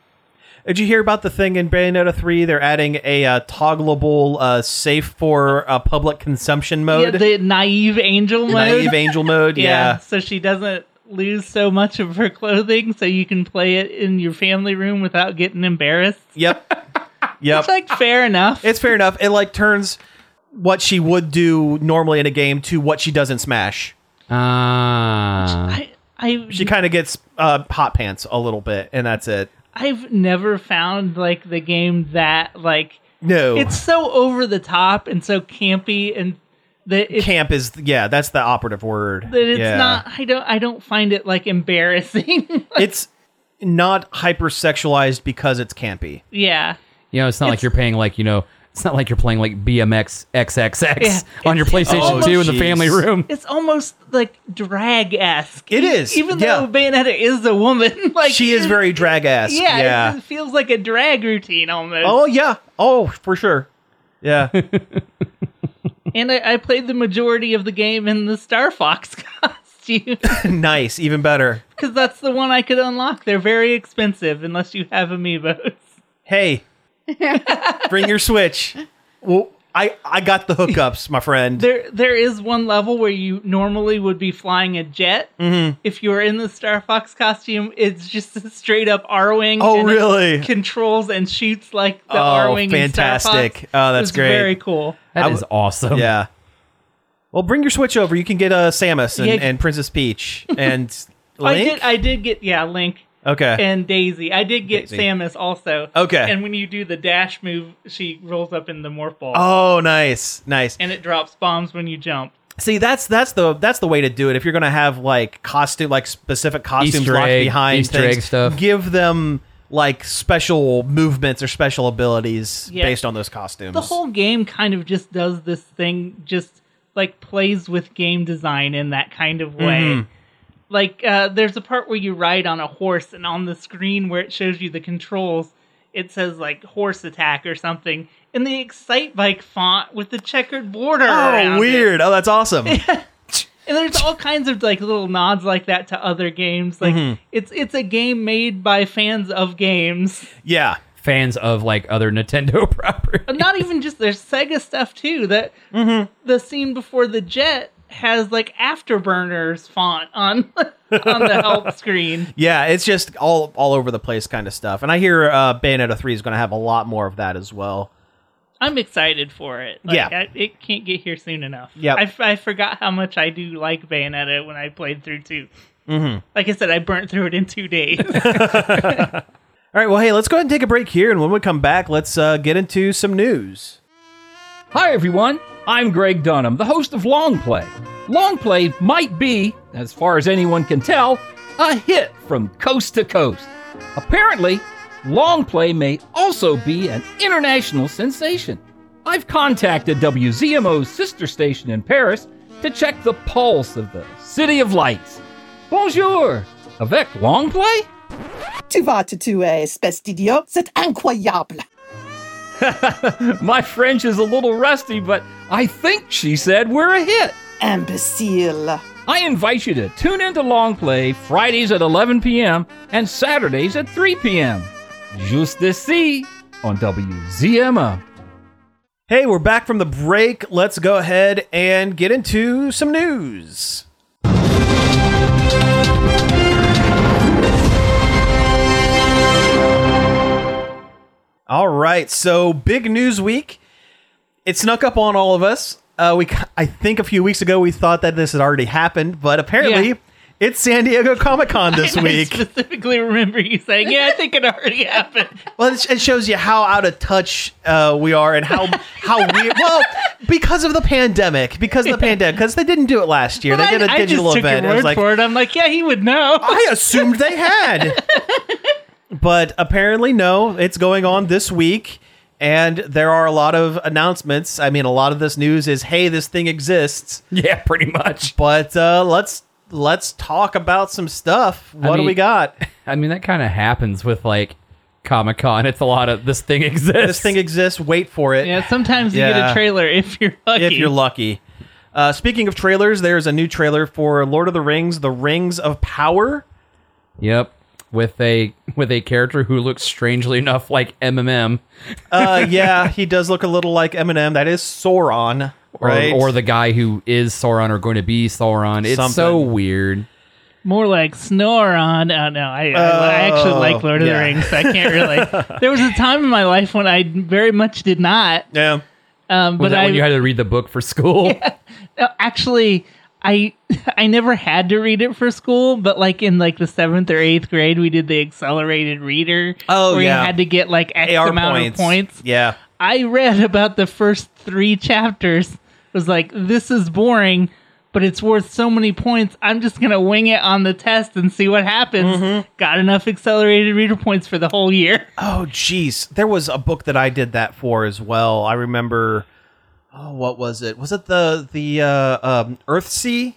Speaker 1: Did you hear about the thing in Bayonetta 3? They're adding a uh, toggleable, uh, safe for uh, public consumption
Speaker 2: Yeah,
Speaker 1: mode,
Speaker 2: the naive angel mode.
Speaker 1: naive angel mode. Yeah.
Speaker 2: so she doesn't lose so much of her clothing, so you can play it in your family room without getting embarrassed.
Speaker 1: Yep. Yep.
Speaker 2: It's like fair enough.
Speaker 1: it's fair enough. It like turns what she would do normally in a game to what she does in Smash.
Speaker 3: Ah.
Speaker 2: I, I
Speaker 1: She kind of gets uh, hot pants a little bit, and that's it.
Speaker 2: I've never found like the game that like
Speaker 1: No,
Speaker 2: it's so over the top and so campy and that it's,
Speaker 1: camp is yeah. That's the operative word.
Speaker 2: that it's
Speaker 1: Yeah.
Speaker 2: not I don't I don't find it like embarrassing.
Speaker 1: It's not hypersexualized because it's campy.
Speaker 2: yeah.
Speaker 3: You know, it's not like
Speaker 2: It's-
Speaker 3: you're paying like you know, it's not like you're playing like BMX XXX
Speaker 2: Yeah.
Speaker 3: on your PlayStation
Speaker 1: almost-
Speaker 3: Two in the family
Speaker 1: Jeez.
Speaker 3: room.
Speaker 2: It's almost like drag esque.
Speaker 1: It is,
Speaker 2: Even
Speaker 1: yeah.
Speaker 2: though Bayonetta is a woman, like
Speaker 1: she is
Speaker 2: it-
Speaker 1: very drag ass.
Speaker 2: Yeah,
Speaker 1: Yeah.
Speaker 2: it- It feels like a drag routine almost.
Speaker 1: Oh yeah. Oh for sure. Yeah.
Speaker 2: And I, I played the majority of the game in the Star Fox costume
Speaker 1: nice. Even better.
Speaker 2: because that's the one I could unlock. They're very expensive unless you have amiibos.
Speaker 1: Hey, bring your Switch. Well, I I got the hookups, my friend.
Speaker 2: There, there is one level where you normally would be flying a jet.
Speaker 1: Mm-hmm.
Speaker 2: If you were in the Star Fox costume, it's just a straight up R wing.
Speaker 1: Oh,
Speaker 2: and it
Speaker 1: really?
Speaker 2: Controls and shoots like the
Speaker 1: Oh,
Speaker 2: R wing. in Star
Speaker 1: fantastic.
Speaker 2: Fox.
Speaker 1: Oh, that's
Speaker 2: It was
Speaker 1: great.
Speaker 2: Very cool.
Speaker 3: That is
Speaker 1: I
Speaker 3: awesome.
Speaker 1: Yeah. Well, bring your Switch over. You can get uh, Samus and,
Speaker 2: Yeah.
Speaker 1: and Princess Peach and
Speaker 2: I
Speaker 1: Link.
Speaker 2: did, I did get yeah, Link.
Speaker 1: okay.
Speaker 2: and Daisy. I did get
Speaker 1: Daisy.
Speaker 2: Samus also.
Speaker 1: Okay.
Speaker 2: And when you do the dash move, she rolls up in the morph ball,
Speaker 1: oh, nice, nice.
Speaker 2: and it drops bombs when you jump.
Speaker 1: See, that's that's the that's the way to do it. If you're gonna have like costume, like specific costumes
Speaker 3: Easter
Speaker 1: locked
Speaker 3: egg-
Speaker 1: behind
Speaker 3: Easter
Speaker 1: things,
Speaker 3: egg stuff.
Speaker 1: give them like special movements or special abilities
Speaker 2: Yeah.
Speaker 1: based on those costumes.
Speaker 2: The whole game kind of just does this thing, just like plays with game design in that kind of way.
Speaker 1: Mm-hmm.
Speaker 2: Like uh, there's a part where you ride on a horse, and on the screen where it shows you the controls, it says like horse attack or something in the Excite Bike font with the checkered border. around
Speaker 1: Oh,
Speaker 2: it.
Speaker 1: weird. Oh, that's awesome.
Speaker 2: And there's all kinds of like little nods like that to other games. Like
Speaker 1: Mm-hmm.
Speaker 2: it's it's a game made by fans of games.
Speaker 1: yeah.
Speaker 3: Fans of like other Nintendo property.
Speaker 2: But not even just there's Sega stuff too. That
Speaker 1: Mm-hmm.
Speaker 2: the scene before the jet has like afterburners font on on the help screen.
Speaker 1: Yeah, it's just all all over the place kind of stuff. And I hear uh, Bayonetta 3 is going to have a lot more of that as well.
Speaker 2: I'm excited for it. Like,
Speaker 1: Yeah.
Speaker 2: I, it can't get here soon enough.
Speaker 1: Yep.
Speaker 2: I, f- I forgot how much I do like Bayonetta when I played through 2 Mm-hmm. Like I said, I burnt through it in two days.
Speaker 1: All right, well, hey, let's go ahead and take a break here. And when we come back, let's uh, get into some news.
Speaker 5: Hi, everyone. I'm Greg Dunham, the host of Long Play. Long Play might be, as far as anyone can tell, a hit from coast to coast. Apparently, Long Play may also be an international sensation. I've contacted WZMO's sister station in Paris to check the pulse of the City of Lights. Bonjour, avec Long Play?
Speaker 6: Tu vas te tuer, espèce d'idiot. C'est incroyable.
Speaker 5: My French is a little rusty, but I think she said we're a hit.
Speaker 6: Imbécile.
Speaker 5: I invite you to tune into Long Play Fridays at 11 p.m. and Saturdays at 3 p.m. Juste ici on WZMO.
Speaker 1: Hey, we're back from the break. Let's go ahead and get into some news. All right, so big news week. It snuck up on all of us. Uh, we, I think, a few weeks ago, we thought that this had already happened, but apparently,
Speaker 2: Yeah.
Speaker 1: it's San Diego Comic Con this week.
Speaker 2: I specifically remember you saying, "Yeah, I think it already happened."
Speaker 1: Well, it, it shows you how out of touch uh, we are and how how weird. Well, because of the pandemic, because of the pandemic, because they didn't do it last year. they
Speaker 2: I,
Speaker 1: did a
Speaker 2: I just
Speaker 1: digital
Speaker 2: took
Speaker 1: event.
Speaker 2: your
Speaker 1: It
Speaker 2: word
Speaker 1: was like
Speaker 2: for it. I'm like, yeah, he would know.
Speaker 1: I assumed they had, but apparently no. It's going on this week, and there are a lot of announcements. I mean, a lot of this news is, hey, this thing exists.
Speaker 3: Yeah, pretty much.
Speaker 1: But uh, let's let's talk about some stuff. What do
Speaker 3: mean-
Speaker 1: we got?
Speaker 3: I mean, that kind of happens with like Comic Con. It's a lot of this thing exists.
Speaker 1: This thing exists. Wait for it.
Speaker 2: Yeah, sometimes you get
Speaker 1: Yeah.
Speaker 2: a trailer if you're lucky.
Speaker 1: if you're lucky. Uh, speaking of trailers, there's a new trailer for Lord of the Rings: The Rings of Power.
Speaker 3: Yep. With a with a character who looks strangely enough like MMM
Speaker 1: Uh, yeah, he does look a little like Eminem. That is Sauron,
Speaker 3: or,
Speaker 1: right?
Speaker 3: or the guy who is Sauron or going to be Sauron. It's so
Speaker 1: Something.
Speaker 3: weird.
Speaker 2: More like Snoron. Oh no, I, I, I actually
Speaker 1: Oh,
Speaker 2: like Lord of
Speaker 1: yeah.
Speaker 2: the Rings. so I can't relate. there was a time in my life when I very much did not,
Speaker 1: yeah.
Speaker 2: um, but
Speaker 3: Was that
Speaker 2: I
Speaker 3: when you had to read the book for school?
Speaker 2: uh, actually I I never had to read it for school, but like in like the seventh or eighth grade, we did the accelerated reader.
Speaker 1: Oh,
Speaker 2: where
Speaker 1: yeah.
Speaker 2: you had to get like X
Speaker 1: AR
Speaker 2: amount
Speaker 1: points.
Speaker 2: of points.
Speaker 1: Yeah.
Speaker 2: I read about the first three chapters. Was like, this is boring, but it's worth so many points. I'm just gonna wing it on the test and see what happens.
Speaker 1: Mm-hmm.
Speaker 2: Got enough accelerated reader points for the whole year.
Speaker 1: Oh, jeez. There was a book that I did that for as well. I remember. Oh, what was it? Was it the the uh, um, Earthsea?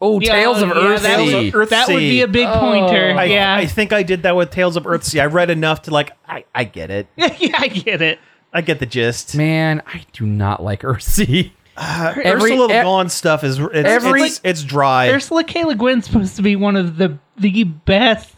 Speaker 3: Oh, Tales of
Speaker 2: Yeah, that was-
Speaker 3: Earthsea.
Speaker 1: Earthsea.
Speaker 2: That would be a big pointer.
Speaker 1: I,
Speaker 2: yeah,
Speaker 1: Oh. I think I did that with Tales of Earthsea. I read enough to like. I, I get it.
Speaker 2: yeah, I get it.
Speaker 1: I get the gist.
Speaker 3: Man, I do not like Earthsea.
Speaker 1: Uh,
Speaker 3: every-
Speaker 1: Ursula Le
Speaker 3: e-
Speaker 1: Guin's stuff is it's,
Speaker 3: every-
Speaker 1: it's, it's dry.
Speaker 2: Ursula K. Le Guin's supposed to be one of the the best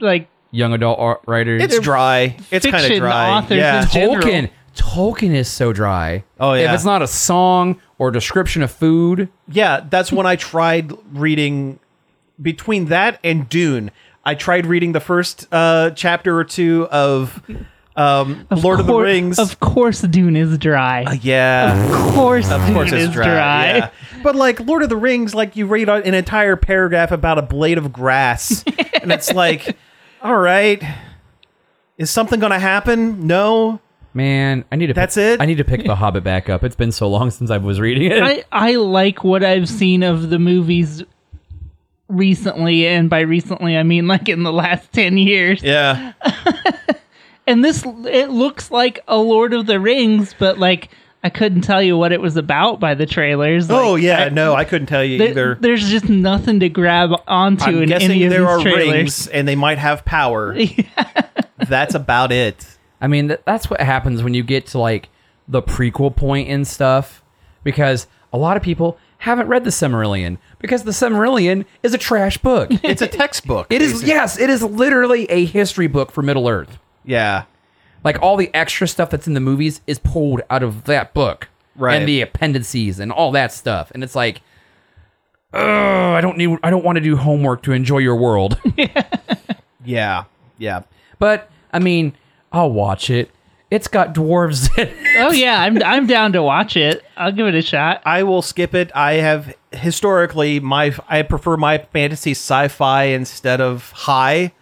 Speaker 2: like
Speaker 3: Young adult art writers.
Speaker 1: It's dry. It's kind of
Speaker 2: fiction
Speaker 1: dry.
Speaker 2: authors
Speaker 1: yeah.
Speaker 2: in general.
Speaker 3: Tolkien. Tolkien is so dry.
Speaker 1: Oh, yeah.
Speaker 3: If it's not a song or description of food,
Speaker 1: yeah, that's when I tried reading between that and Dune. I tried reading the first uh, chapter or two of, um, Lord of the
Speaker 2: cour-
Speaker 1: Rings.
Speaker 2: Of course, Dune is dry.
Speaker 1: yeah.
Speaker 2: of course,
Speaker 1: Of course
Speaker 2: Dune
Speaker 1: it's
Speaker 2: is
Speaker 1: dry. yeah. But like Lord of the Rings, like you read an entire paragraph about a blade of grass and it's like, all right, is something going to happen? No.
Speaker 3: man, I need to.
Speaker 1: That's
Speaker 3: pick,
Speaker 1: it?
Speaker 3: I need to pick The Hobbit back up. It's been so long since I was reading it.
Speaker 2: I, I like what I've seen of the movies recently, and by recently I mean like in the last ten years.
Speaker 1: Yeah.
Speaker 2: And this it looks like a Lord of the Rings, but like I couldn't tell you what it was about by the trailers. Like,
Speaker 1: oh yeah, no, I couldn't tell you
Speaker 2: th-
Speaker 1: either.
Speaker 2: There's just nothing to grab onto
Speaker 1: I'm
Speaker 2: in
Speaker 1: guessing
Speaker 2: any of
Speaker 1: there
Speaker 2: these
Speaker 1: are
Speaker 2: trailers.
Speaker 1: rings and they might have power. That's about it.
Speaker 3: I mean, th- that's what happens when you get to like the prequel point and stuff, because a lot of people haven't read the Cimmerillion because the Cimmerillion is a trash book.
Speaker 1: It's a textbook.
Speaker 3: It is
Speaker 1: basically.
Speaker 3: yes, it is literally a history book for Middle Earth.
Speaker 1: Yeah.
Speaker 3: Like all the extra stuff that's in the movies is pulled out of that book,
Speaker 1: Right.
Speaker 3: And the appendices and all that stuff, and it's like, oh, I don't need, I don't want to do homework to enjoy your world.
Speaker 1: Yeah. Yeah.
Speaker 3: but I mean, I'll watch it. It's got dwarves. in it.
Speaker 2: Oh yeah, I'm I'm down to watch it. I'll give it a shot.
Speaker 1: I will skip it. I have historically my I prefer my fantasy sci-fi instead of high.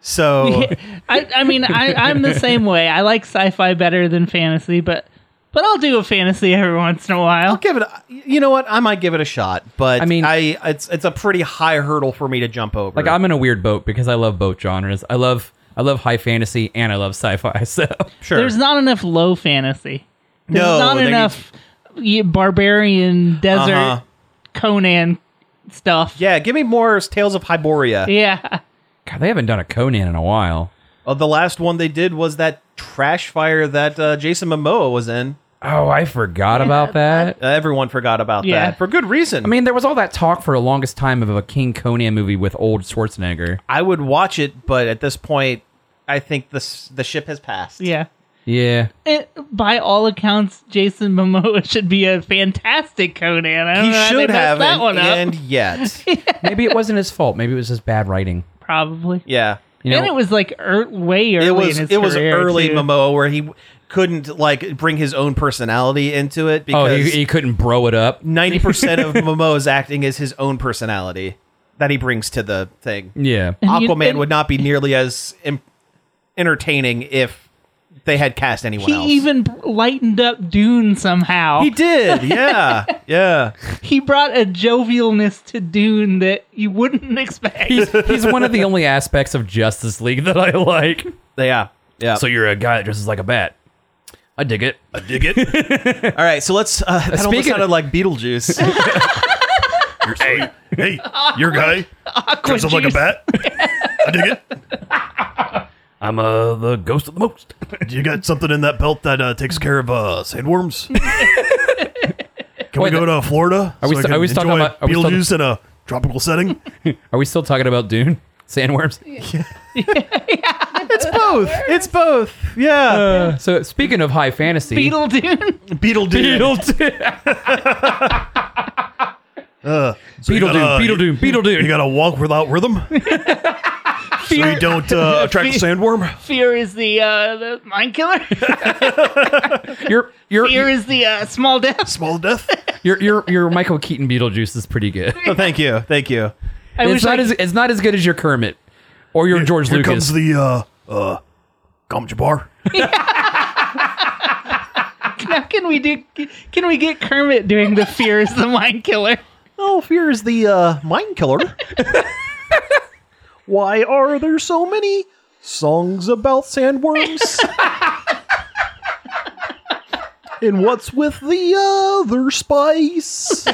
Speaker 1: So
Speaker 2: I, I mean, I, I'm the same way. I like sci-fi better than fantasy, but but I'll do a fantasy every once in a while.
Speaker 1: I'll give it. a- You know what? I might give it a shot, but
Speaker 3: I
Speaker 1: I mean,
Speaker 3: mean-
Speaker 1: I it's it's a pretty high hurdle for me to jump over.
Speaker 3: Like I'm in a weird boat because I love both genres. I love, I love high fantasy and I love sci-fi. So
Speaker 1: sure.
Speaker 2: There's not enough low fantasy. There's
Speaker 1: No,
Speaker 2: not
Speaker 1: there-
Speaker 2: enough y barbarian desert
Speaker 1: Uh-huh.
Speaker 2: Conan stuff.
Speaker 1: Yeah, give me more Tales of Hyboria.
Speaker 2: Yeah.
Speaker 3: God, they haven't done a Conan in a while.
Speaker 1: Uh, the last one they did was that trash fire that uh, Jason Momoa was in.
Speaker 3: Oh, I forgot about that.
Speaker 1: Uh, everyone forgot about
Speaker 2: Yeah.
Speaker 1: that for good reason.
Speaker 3: I mean, there was all that talk for the longest time of a King Conan movie with old Schwarzenegger.
Speaker 1: I would watch it, but at this point, I think this the ship has passed.
Speaker 2: Yeah.
Speaker 3: Yeah.
Speaker 2: It, by all accounts, Jason Momoa should be a fantastic Conan. Uh, I don't
Speaker 1: He
Speaker 2: know how they
Speaker 1: should
Speaker 2: messed
Speaker 1: have,
Speaker 2: that
Speaker 1: and,
Speaker 2: one up.
Speaker 1: and yet,
Speaker 3: Maybe it wasn't his fault. Maybe it was just bad writing.
Speaker 2: Probably.
Speaker 1: yeah,
Speaker 3: You know,
Speaker 2: and it was like er- way early.
Speaker 1: it
Speaker 2: in
Speaker 1: was
Speaker 2: his
Speaker 1: it was
Speaker 2: career,
Speaker 1: early
Speaker 2: too.
Speaker 1: Momoa where he w- couldn't like bring his own personality into it
Speaker 3: oh, he,
Speaker 1: because
Speaker 3: he couldn't bro it up.
Speaker 1: ninety percent of Momoa's acting is his own personality that he brings to the thing.
Speaker 3: Yeah.
Speaker 2: And you-
Speaker 1: Aquaman
Speaker 2: and-
Speaker 1: would not be nearly as im- entertaining if they had cast anyone
Speaker 2: He
Speaker 1: else.
Speaker 2: even lightened up Dune somehow.
Speaker 1: he
Speaker 2: He,
Speaker 1: did, yeah, yeah.
Speaker 2: brought a jovialness to Dune that you wouldn't expect.
Speaker 3: He's, he's one of the only aspects of Justice League that I like.
Speaker 1: Yeah. Yeah.
Speaker 3: So you're a guy that dresses like a bat. I dig it. I dig it.
Speaker 1: all right. So let's. Uh, that almost
Speaker 3: speaking-
Speaker 1: sounded like Beetlejuice.
Speaker 7: Hey, hey, your guy
Speaker 2: Aqua
Speaker 7: dresses like a
Speaker 2: juice.
Speaker 7: bat. I dig it.
Speaker 3: I'm uh, the ghost of the most.
Speaker 7: You got something in that belt that uh, takes care of uh, sandworms? Can
Speaker 3: Wait,
Speaker 7: we go to Florida?
Speaker 3: Are we
Speaker 7: I
Speaker 3: st-
Speaker 7: can
Speaker 3: are we talking
Speaker 7: enjoy
Speaker 3: about- are we still-
Speaker 7: Beetlejuice in a tropical setting?
Speaker 3: Are we still talking about Dune? Sandworms?
Speaker 1: it's both. It's both. Yeah.
Speaker 2: Uh,
Speaker 3: So speaking of high fantasy,
Speaker 2: Beetle Dune.
Speaker 7: Beetlejuice.
Speaker 3: Beetlejuice,
Speaker 7: Uh, So you
Speaker 2: Uh,
Speaker 7: gotta-
Speaker 3: Beetlejuice, Beetlejuice.
Speaker 7: You gotta walk without rhythm, so you don't uh, attract the sandworm.
Speaker 2: Fear is the uh, the mind killer.
Speaker 3: your your
Speaker 2: Fear is the uh, small death.
Speaker 7: Small death.
Speaker 3: your your your Michael Keaton Beetlejuice is pretty good.
Speaker 1: Oh, thank you. Thank you.
Speaker 2: I
Speaker 3: it's
Speaker 2: wish
Speaker 3: not
Speaker 2: I-
Speaker 3: as it's not as good as your Kermit or your George
Speaker 7: Here
Speaker 3: Lucas.
Speaker 7: comes the uh, uh, Gom Jabbar.
Speaker 2: now can we do? Can we get Kermit doing the fear is the mind killer?
Speaker 1: Oh, fear is the uh, mind killer. Why are there so many songs about sandworms? and what's with the other spice?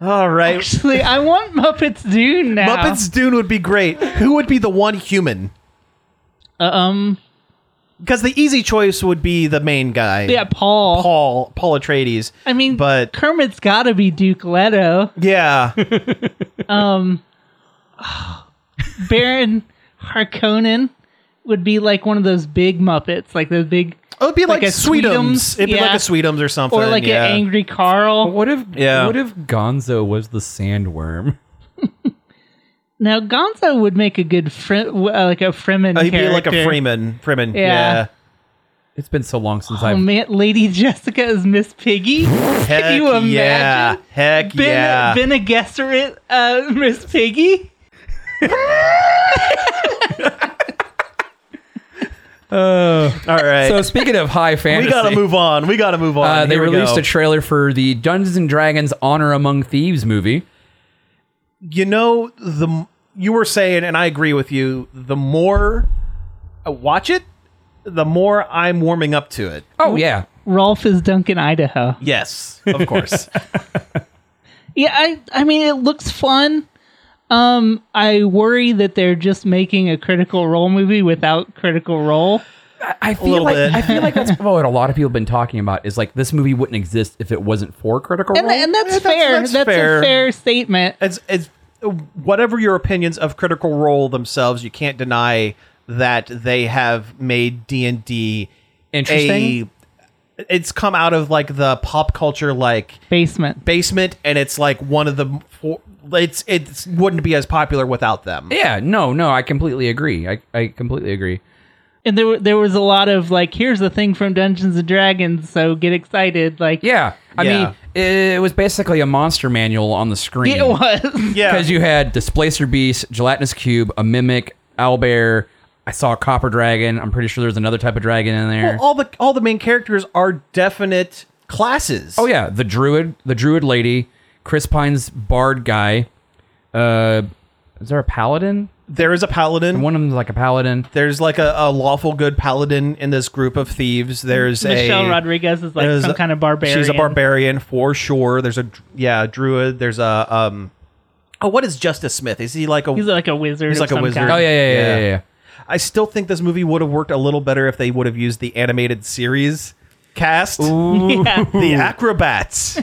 Speaker 1: All right.
Speaker 2: Actually, I want Muppets Dune now.
Speaker 1: Muppets Dune would be great. Who would be the one human?
Speaker 2: Um.
Speaker 1: Because the easy choice would be the main guy.
Speaker 2: Yeah, Paul.
Speaker 1: Paul Paul Atreides.
Speaker 2: I mean,
Speaker 1: but
Speaker 2: Kermit's got to be Duke Leto.
Speaker 1: yeah,
Speaker 2: Baron Harkonnen would be like one of those big Muppets, like those big,
Speaker 1: It would be
Speaker 2: Like
Speaker 1: like,
Speaker 2: a Sweetums,
Speaker 1: Sweetums. It'd be
Speaker 2: yeah.
Speaker 1: like a Sweetums or something.
Speaker 2: or like
Speaker 1: yeah.
Speaker 2: an angry Carl.
Speaker 3: what if
Speaker 1: Yeah.
Speaker 3: what if Gonzo was the sandworm?
Speaker 2: Now Gonzo would make a good fri- w- uh, like a Fremen.
Speaker 1: Uh, he'd be like
Speaker 2: character.
Speaker 1: a Freeman. Freeman.
Speaker 2: Yeah.
Speaker 1: Yeah.
Speaker 3: It's been so long since
Speaker 2: Oh
Speaker 3: I've
Speaker 2: man, Lady Jessica is Miss Piggy.
Speaker 1: Heck
Speaker 2: Can you imagine?
Speaker 1: yeah. Heck
Speaker 2: Been,
Speaker 1: yeah.
Speaker 2: been a guesser at uh, Miss Piggy.
Speaker 1: All right.
Speaker 3: So speaking of high fantasy,
Speaker 1: we gotta move on. We gotta move on.
Speaker 3: Uh, they
Speaker 1: Here we
Speaker 3: released
Speaker 1: go.
Speaker 3: a trailer for the Dungeons and Dragons Honor Among Thieves movie.
Speaker 1: you know the m- you were saying, and I agree with you. The more I uh, watch it, the more I'm warming up to it.
Speaker 3: Oh yeah,
Speaker 2: Rolf is Duncan, Idaho.
Speaker 1: Yes, of course.
Speaker 2: Yeah, I I mean it looks fun. Um, I worry that they're just making a Critical Role movie without Critical Role.
Speaker 3: I feel
Speaker 1: little
Speaker 3: like
Speaker 1: bit.
Speaker 3: I feel like that's what a lot of people have been talking about is like this movie wouldn't exist if it wasn't for Critical
Speaker 2: And,
Speaker 3: Role.
Speaker 2: and that's
Speaker 1: Yeah, that's-
Speaker 2: fair.
Speaker 1: that's
Speaker 2: That's,
Speaker 1: fair.
Speaker 2: a fair statement.
Speaker 1: it's it's whatever your opinions of Critical Role themselves, you can't deny that they have made D and D a.
Speaker 3: Interesting.
Speaker 1: It's come out of like the pop culture like
Speaker 2: Basement.
Speaker 1: basement, and it's like one of the m- four- it's it wouldn't be as popular without them.
Speaker 3: yeah, no, no, I completely agree. I, I completely agree.
Speaker 2: And there were- there was a lot of like, here's the thing from Dungeons and Dragons, so get excited. Like,
Speaker 3: Yeah, I
Speaker 1: Yeah.
Speaker 3: mean, it, was basically a monster manual on the screen.
Speaker 2: it was.
Speaker 1: yeah,
Speaker 3: because you had Displacer Beast, Gelatinous Cube, a Mimic, Owlbear. I saw a Copper Dragon. I'm pretty sure there's another type of dragon in there.
Speaker 1: Well, all the all the main characters are definite classes.
Speaker 3: Oh yeah, the druid, the druid lady, Chris Pine's bard guy. Uh, is there a paladin?
Speaker 1: there is a paladin.
Speaker 3: One of them's like a paladin.
Speaker 1: there's like a, a lawful good paladin in this group of thieves. There's
Speaker 2: Michelle
Speaker 1: a
Speaker 2: Rodriguez is like
Speaker 1: there's
Speaker 2: some
Speaker 1: a-
Speaker 2: kind of barbarian.
Speaker 1: She's a barbarian for sure. There's a dr- yeah druid. There's a um oh what is Justice Smith? Is he like a? I
Speaker 2: He's like a wizard.
Speaker 1: He's
Speaker 2: of
Speaker 1: like a
Speaker 2: some
Speaker 1: wizard.
Speaker 2: kind.
Speaker 3: Oh yeah, yeah, yeah,
Speaker 1: Yeah.
Speaker 3: yeah. yeah, yeah.
Speaker 1: still think this movie would have worked a little better if they would have used the animated series cast,
Speaker 2: Yeah.
Speaker 1: the acrobats,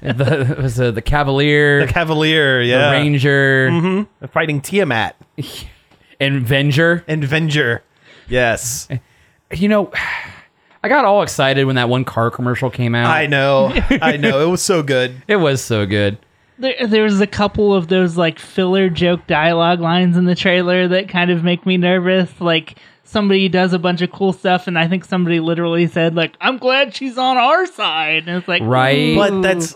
Speaker 3: the, it was uh, the Cavalier,
Speaker 1: the Cavalier, yeah, Mm-hmm.
Speaker 3: the Ranger,
Speaker 1: fighting Tiamat
Speaker 3: and Venger.
Speaker 1: and Venger. Yes,
Speaker 3: You know, I got all excited when that one car commercial came out.
Speaker 1: I know, I know. It was so good.
Speaker 3: It was so good.
Speaker 2: There, there's a couple of those like filler joke dialogue lines in the trailer that kind of make me nervous. Like somebody does a bunch of cool stuff, and I think somebody literally said like, "I'm glad she's on our side," and it's like,
Speaker 3: Right.
Speaker 2: "Ooh."
Speaker 1: But that's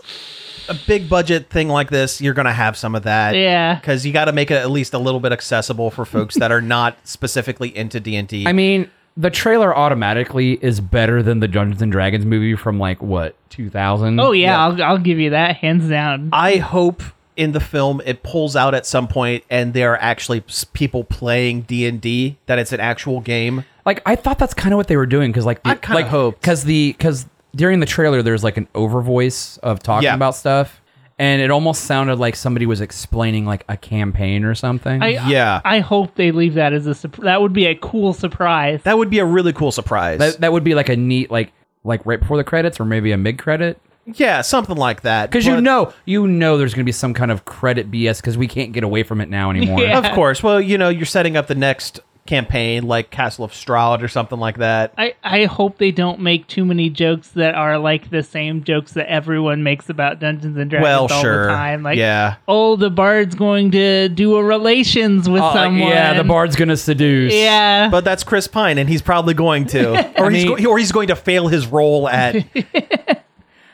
Speaker 1: a big budget thing like this. You're gonna have some of that,
Speaker 2: yeah.
Speaker 1: Because you got to make it at least a little bit accessible for folks that are not specifically into D and D.
Speaker 3: I mean, the trailer automatically is better than the Dungeons and Dragons movie from like what 2000.
Speaker 2: Oh yeah, I'll, I'll give you that hands down.
Speaker 1: I hope in the film it pulls out at some point and there are actually s- people playing D&D that it's an actual game.
Speaker 3: like I thought that's kind of what they were doing because like the,
Speaker 1: I kinda
Speaker 3: like,
Speaker 1: hoped.
Speaker 3: because the because during the trailer there's like an over voice of talking
Speaker 1: Yeah.
Speaker 3: about stuff and it almost sounded like somebody was explaining like a campaign or something.
Speaker 2: I,
Speaker 1: yeah.
Speaker 2: I, hope they leave that as a surp- that would be a cool surprise.
Speaker 1: That would be a really cool surprise.
Speaker 3: that that would be like a neat like like right before the credits or maybe a mid credit
Speaker 1: yeah, something like that.
Speaker 3: because you
Speaker 1: But-
Speaker 3: know you know there's gonna be some kind of credit BS because we can't get away from it now anymore.
Speaker 2: Yeah.
Speaker 1: Of course. Well, you know, you're setting up the next campaign like Castle of Stroud or something like that.
Speaker 2: I, I hope they don't make too many jokes that are like the same jokes that everyone makes about Dungeons and Dragons
Speaker 1: Well,
Speaker 2: all
Speaker 1: sure.
Speaker 2: the time. Like,
Speaker 1: yeah.
Speaker 2: oh, the bard's going to do a relations with
Speaker 3: Uh,
Speaker 2: someone.
Speaker 3: yeah, the bard's gonna seduce.
Speaker 2: Yeah.
Speaker 1: But that's Chris Pine and he's probably going to or
Speaker 3: I
Speaker 1: he's
Speaker 3: mean-
Speaker 1: go- or he's going to fail his role at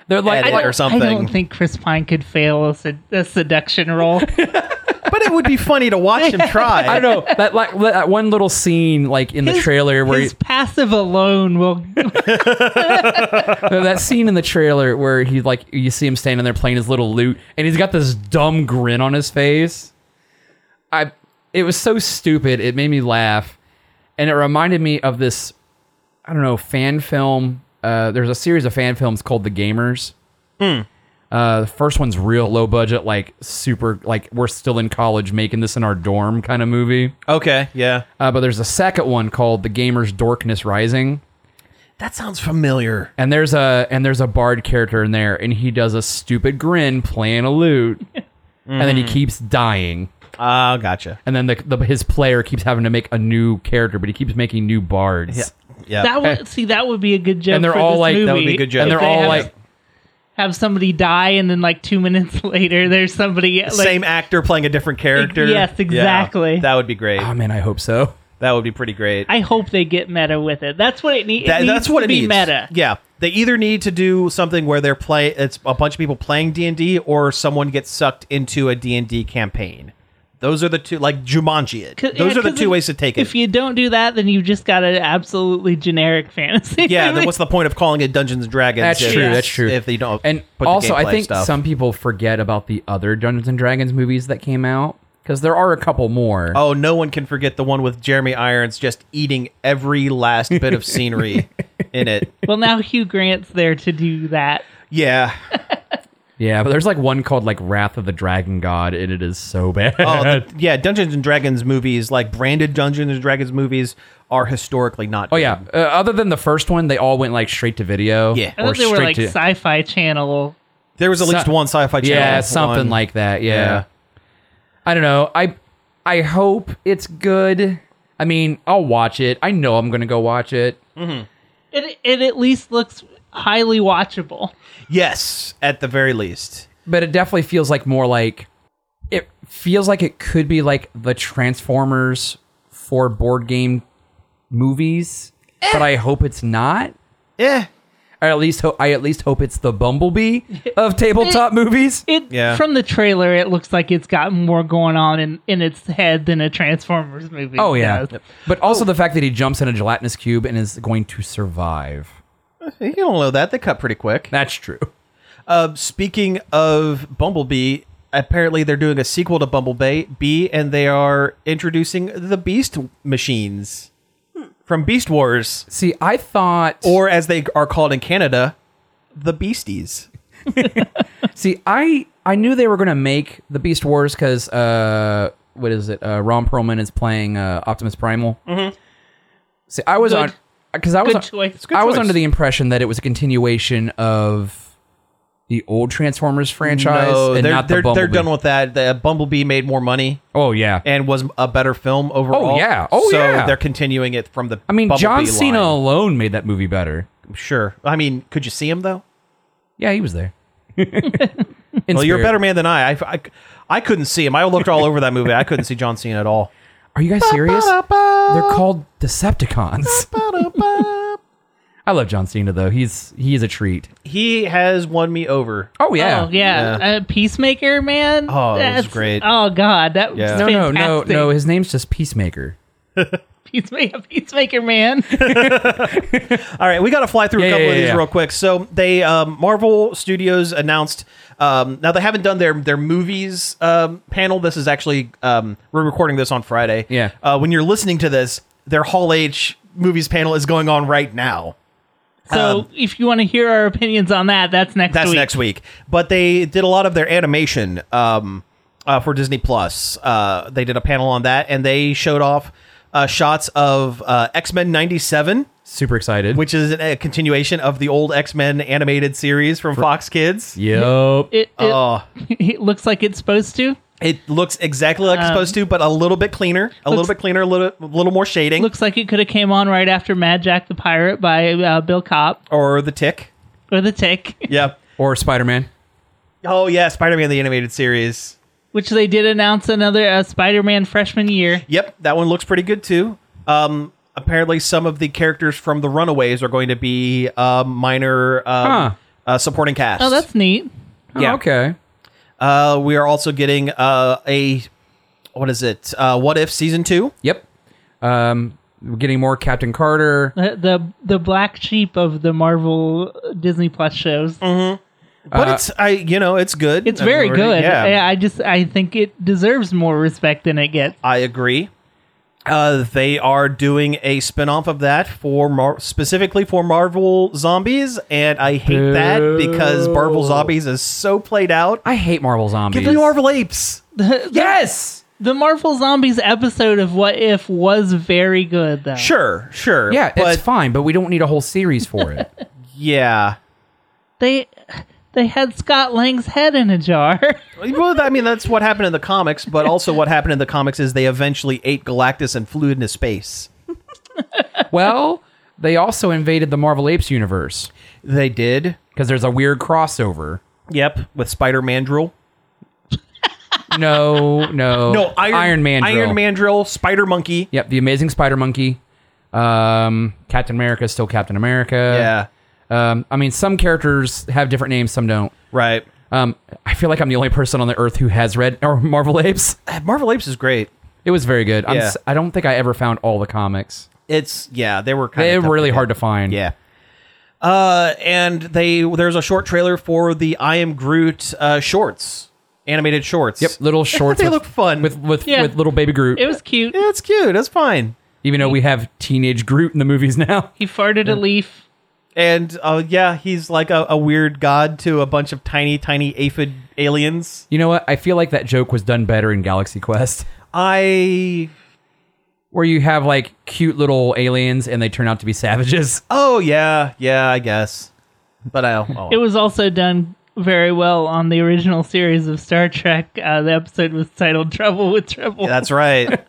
Speaker 3: they're like,
Speaker 1: Edit
Speaker 3: like-
Speaker 1: or
Speaker 2: I
Speaker 1: something.
Speaker 2: don't think Chris Pine could fail a, sed- a seduction role.
Speaker 1: But it would be funny to watch him try.
Speaker 3: I don't know that like that one little scene like in the trailer where
Speaker 2: his
Speaker 3: he-
Speaker 2: passive alone will.
Speaker 3: No, that scene in the trailer where he like you see him standing there playing his little lute and he's got this dumb grin on his face. I it was so stupid, it made me laugh. And it reminded me of this I don't know, fan film. Uh there's a series of fan films called The Gamers. Uh the first one's real low budget, like super like we're still in college making this in our dorm kind of movie.
Speaker 1: Okay, yeah.
Speaker 3: Uh, but there's a second one called The Gamers Dorkness Rising
Speaker 1: That sounds familiar.
Speaker 3: and there's a and there's a bard character in there and he does a stupid grin playing a lute
Speaker 2: Hmm.
Speaker 3: and then he keeps dying
Speaker 1: Ah, gotcha.
Speaker 3: and then the, the his player keeps having to make a new character but he keeps making new bards
Speaker 1: Yeah. Yeah.
Speaker 2: That would see that would be a good joke.
Speaker 3: and they're
Speaker 2: for
Speaker 3: all
Speaker 2: this
Speaker 3: like
Speaker 2: movie.
Speaker 1: would be a good joke.
Speaker 3: and they're
Speaker 2: If they
Speaker 3: all
Speaker 2: have-
Speaker 3: like
Speaker 2: have somebody die, and then like two minutes later, there's somebody like,
Speaker 1: same actor playing a different character.
Speaker 2: Yes, exactly. Um,
Speaker 1: Yeah, that would be great.
Speaker 3: oh man i hope so
Speaker 1: That would be pretty great.
Speaker 2: I hope they get meta with it. That's what it, need- it
Speaker 1: That-
Speaker 2: needs.
Speaker 1: that's what
Speaker 2: to
Speaker 1: it
Speaker 2: be
Speaker 1: needs.
Speaker 2: meta.
Speaker 1: Yeah, they either need to do something where they're play. It's a bunch of people playing D anD D, or someone gets sucked into a D anD D campaign. Those are the two, like Jumanji. It.
Speaker 2: 'Cause-
Speaker 1: Those
Speaker 2: yeah,
Speaker 1: are the
Speaker 2: 'cause
Speaker 1: two
Speaker 2: if-
Speaker 1: ways to take it.
Speaker 2: If you don't do that, then you've just got an absolutely generic fantasy.
Speaker 1: yeah, then
Speaker 2: movie.
Speaker 1: what's the point of calling it Dungeons and Dragons?
Speaker 3: that's
Speaker 1: if-
Speaker 3: true that's true
Speaker 1: If they don't,
Speaker 3: and
Speaker 1: put the
Speaker 3: also i
Speaker 1: gameplay
Speaker 3: think
Speaker 1: stuff.
Speaker 3: some people forget about the other dungeons and dragons movies that came out because there are a couple more.
Speaker 1: Oh, no one can forget the one with Jeremy Irons just eating every last bit of scenery in it.
Speaker 2: Well, now Hugh Grant's there to do that.
Speaker 1: Yeah.
Speaker 3: Yeah, but there's like one called like Wrath of the Dragon God, and it is so bad.
Speaker 1: Oh, the- yeah. Dungeons and Dragons movies, like branded Dungeons and Dragons movies, are historically not.
Speaker 3: Oh yeah. Uh, other than the first one, they all went like straight to video.
Speaker 1: Yeah.
Speaker 2: I thought they were like sci-fi channel.
Speaker 1: There was at least
Speaker 3: So-
Speaker 1: one sci-fi channel.
Speaker 3: yeah, something
Speaker 1: one.
Speaker 3: like that. Yeah.
Speaker 1: Yeah.
Speaker 3: I don't know. I I hope it's good. I mean, I'll watch it. I know I'm gonna go watch it.
Speaker 2: It it at least looks highly watchable.
Speaker 1: Yes, at the very least.
Speaker 3: but it definitely feels like more like it feels like it could be like the Transformers for board game movies, but I hope it's not.
Speaker 1: Yeah.
Speaker 3: I at least hope I at least hope it's the Bumblebee of tabletop movies.
Speaker 2: It
Speaker 1: Yeah.
Speaker 2: from the trailer, it looks like it's got more going on in, in its head than a Transformers movie.
Speaker 3: Oh yeah,
Speaker 2: does.
Speaker 3: but also the fact that he jumps in a gelatinous cube and is going to survive.
Speaker 1: You don't know that. They cut pretty quick.
Speaker 3: That's true.
Speaker 1: Uh, speaking of Bumblebee, apparently they're doing a sequel to Bumblebee, Bee, and they are introducing the Beast machines from Beast Wars,
Speaker 3: See, I thought
Speaker 1: or as they are called in Canada, the Beasties.
Speaker 3: See, I I knew they were gonna make the Beast Wars because uh, what is it? Uh, Ron Perlman is playing uh, Optimus Primal. Mm-hmm. See, I was
Speaker 2: Good.
Speaker 3: on because I was
Speaker 2: Good
Speaker 3: on-
Speaker 2: choice. It's a good
Speaker 3: I was
Speaker 1: choice.
Speaker 3: under the impression that it was a continuation of the old Transformers franchise
Speaker 1: No,
Speaker 3: and
Speaker 1: they're
Speaker 3: not the
Speaker 1: they're, they're
Speaker 3: Bumblebee.
Speaker 1: done with that. The uh, Bumblebee made more money
Speaker 3: oh yeah,
Speaker 1: and was a better film overall.
Speaker 3: yeah. Oh,
Speaker 1: so
Speaker 3: yeah.
Speaker 1: they're continuing it from the.
Speaker 3: I mean
Speaker 1: Bumblebee
Speaker 3: John Cena
Speaker 1: line.
Speaker 3: alone made that movie better.
Speaker 1: Sure. I mean, could you see him though?
Speaker 3: Yeah, he was there. In
Speaker 1: Well, you're a
Speaker 3: spirit.
Speaker 1: better man than I. I, I, I couldn't see him. I looked all over that movie. I couldn't see John Cena at all.
Speaker 3: Are you guys serious? They're called Decepticons. I love John Cena though. He's he is a treat.
Speaker 1: He has won me over.
Speaker 3: Oh yeah.
Speaker 2: Oh, yeah. Uh, Peacemaker, man.
Speaker 1: Oh, it was
Speaker 2: That's-
Speaker 1: great.
Speaker 2: Oh, God. That
Speaker 1: Yeah.
Speaker 2: was
Speaker 3: No, no, no,
Speaker 2: fantastic.
Speaker 3: no. His name's just Peacemaker.
Speaker 2: Peacemaker, Peacemaker man.
Speaker 1: All right, we got to fly through
Speaker 3: Yeah,
Speaker 1: a couple
Speaker 3: yeah,
Speaker 1: of these
Speaker 3: yeah.
Speaker 1: real quick. So they um, Marvel Studios announced. Um, now they haven't done their their movies um, panel. This is actually um, we're recording this on Friday.
Speaker 3: Yeah.
Speaker 1: Uh, when you're listening to this, their Hall H movies panel is going on right now.
Speaker 2: So if you want to hear our opinions on that, that's next
Speaker 1: Um, That's
Speaker 2: week.
Speaker 1: next week. But they did a lot of their animation um, uh, for Disney Plus. Uh, they did a panel on that, and they showed off uh, shots of uh, X Men '97,
Speaker 3: Super excited.
Speaker 1: which is a continuation of the old X Men animated series from Fox Kids.
Speaker 3: yep.
Speaker 2: It, it,
Speaker 1: Oh,
Speaker 2: it looks like it's supposed to.
Speaker 1: it looks exactly like it's supposed to, but a little bit cleaner, a little
Speaker 2: Um, looks-
Speaker 1: bit cleaner, a little, a little more shading,
Speaker 2: Looks like it could have came on right after Mad Jack the Pirate by uh, Bill Copp
Speaker 1: or the Tick.
Speaker 2: or The Tick,
Speaker 1: Yeah.
Speaker 3: Or Spider Man.
Speaker 1: Oh yeah, Spider Man the animated series.
Speaker 2: which they did announce another uh, Spider-Man freshman year.
Speaker 1: Yep, that one looks pretty good too. Um, apparently, some of the characters from the Runaways are going to be uh, minor um,
Speaker 3: Huh.
Speaker 1: uh, supporting cast.
Speaker 2: Oh, that's oh, neat.
Speaker 1: Yeah.
Speaker 3: Ah, oh, okay.
Speaker 1: uh, we are also getting uh, a what is it? Uh, what if season two?
Speaker 3: Yep. Um, we're getting more Captain Carter.
Speaker 2: The, the the black sheep of the Marvel uh, Disney Plus shows.
Speaker 1: Oh, But it's I you know it's good.
Speaker 2: It's
Speaker 1: I
Speaker 2: very
Speaker 1: mean, we're-
Speaker 2: good.
Speaker 1: Yeah,
Speaker 2: Yeah, I just I think it deserves more respect than it gets.
Speaker 1: I agree. Uh, they are doing a spin-off of that for Mar- specifically for Marvel Zombies, and I hate that because Marvel Zombies is so played out.
Speaker 3: I hate Marvel zombies.
Speaker 1: Give me Marvel Apes.
Speaker 3: yes.
Speaker 2: The Marvel Zombies episode of What If was very good though.
Speaker 1: Sure, sure.
Speaker 3: Yeah,
Speaker 1: but
Speaker 3: it's fine, but we don't need a whole series for it.
Speaker 1: yeah.
Speaker 2: They they had Scott Lang's head in a jar.
Speaker 1: Well, I mean, that's what happened in the comics, but also what happened in the comics is they eventually ate Galactus and flew into space.
Speaker 3: well, they also invaded the Marvel Apes universe
Speaker 1: They did.
Speaker 3: because there's a weird crossover.
Speaker 1: Yep, with Spider Mandrill.
Speaker 3: No, no,
Speaker 1: No, Iron,
Speaker 3: Iron Man, drill.
Speaker 1: Iron Mandrill, Spider Monkey.
Speaker 3: Yep, the Amazing Spider Monkey. Um, Captain America is still Captain America.
Speaker 1: Yeah,
Speaker 3: Yeah. Um, I mean, some characters have different names, some don't.
Speaker 1: right.
Speaker 3: Um, I feel like I'm the only person on the earth who has read or Marvel Apes.
Speaker 1: Marvel Apes is great.
Speaker 3: It was very good. I'm
Speaker 1: Yeah.
Speaker 3: s- I don't think I ever found all the comics.
Speaker 1: It's yeah, they were kind
Speaker 3: They're
Speaker 1: of
Speaker 3: really hard to find.
Speaker 1: Yeah. Uh, and they there's a short trailer for the I Am Groot uh, shorts animated shorts.
Speaker 3: Yep, little shorts.
Speaker 1: they
Speaker 3: with-
Speaker 1: look fun.
Speaker 3: with with,
Speaker 2: Yeah.
Speaker 3: with little baby Groot.
Speaker 2: It was cute.
Speaker 1: Yeah, it's cute. It's fine.
Speaker 3: Even though we have teenage Groot in the movies now.
Speaker 2: He farted a leaf.
Speaker 1: And uh, yeah, he's like a, a weird god to a bunch of tiny, tiny aphid aliens.
Speaker 3: You know what? I feel like that joke was done better in Galaxy Quest,
Speaker 1: I
Speaker 3: where you have like cute little aliens and they turn out to be savages.
Speaker 1: oh yeah, yeah, I guess. But I oh,
Speaker 2: It was also done very well on the original series of Star Trek. Uh, the episode was titled "Trouble with Trouble."
Speaker 1: that's right.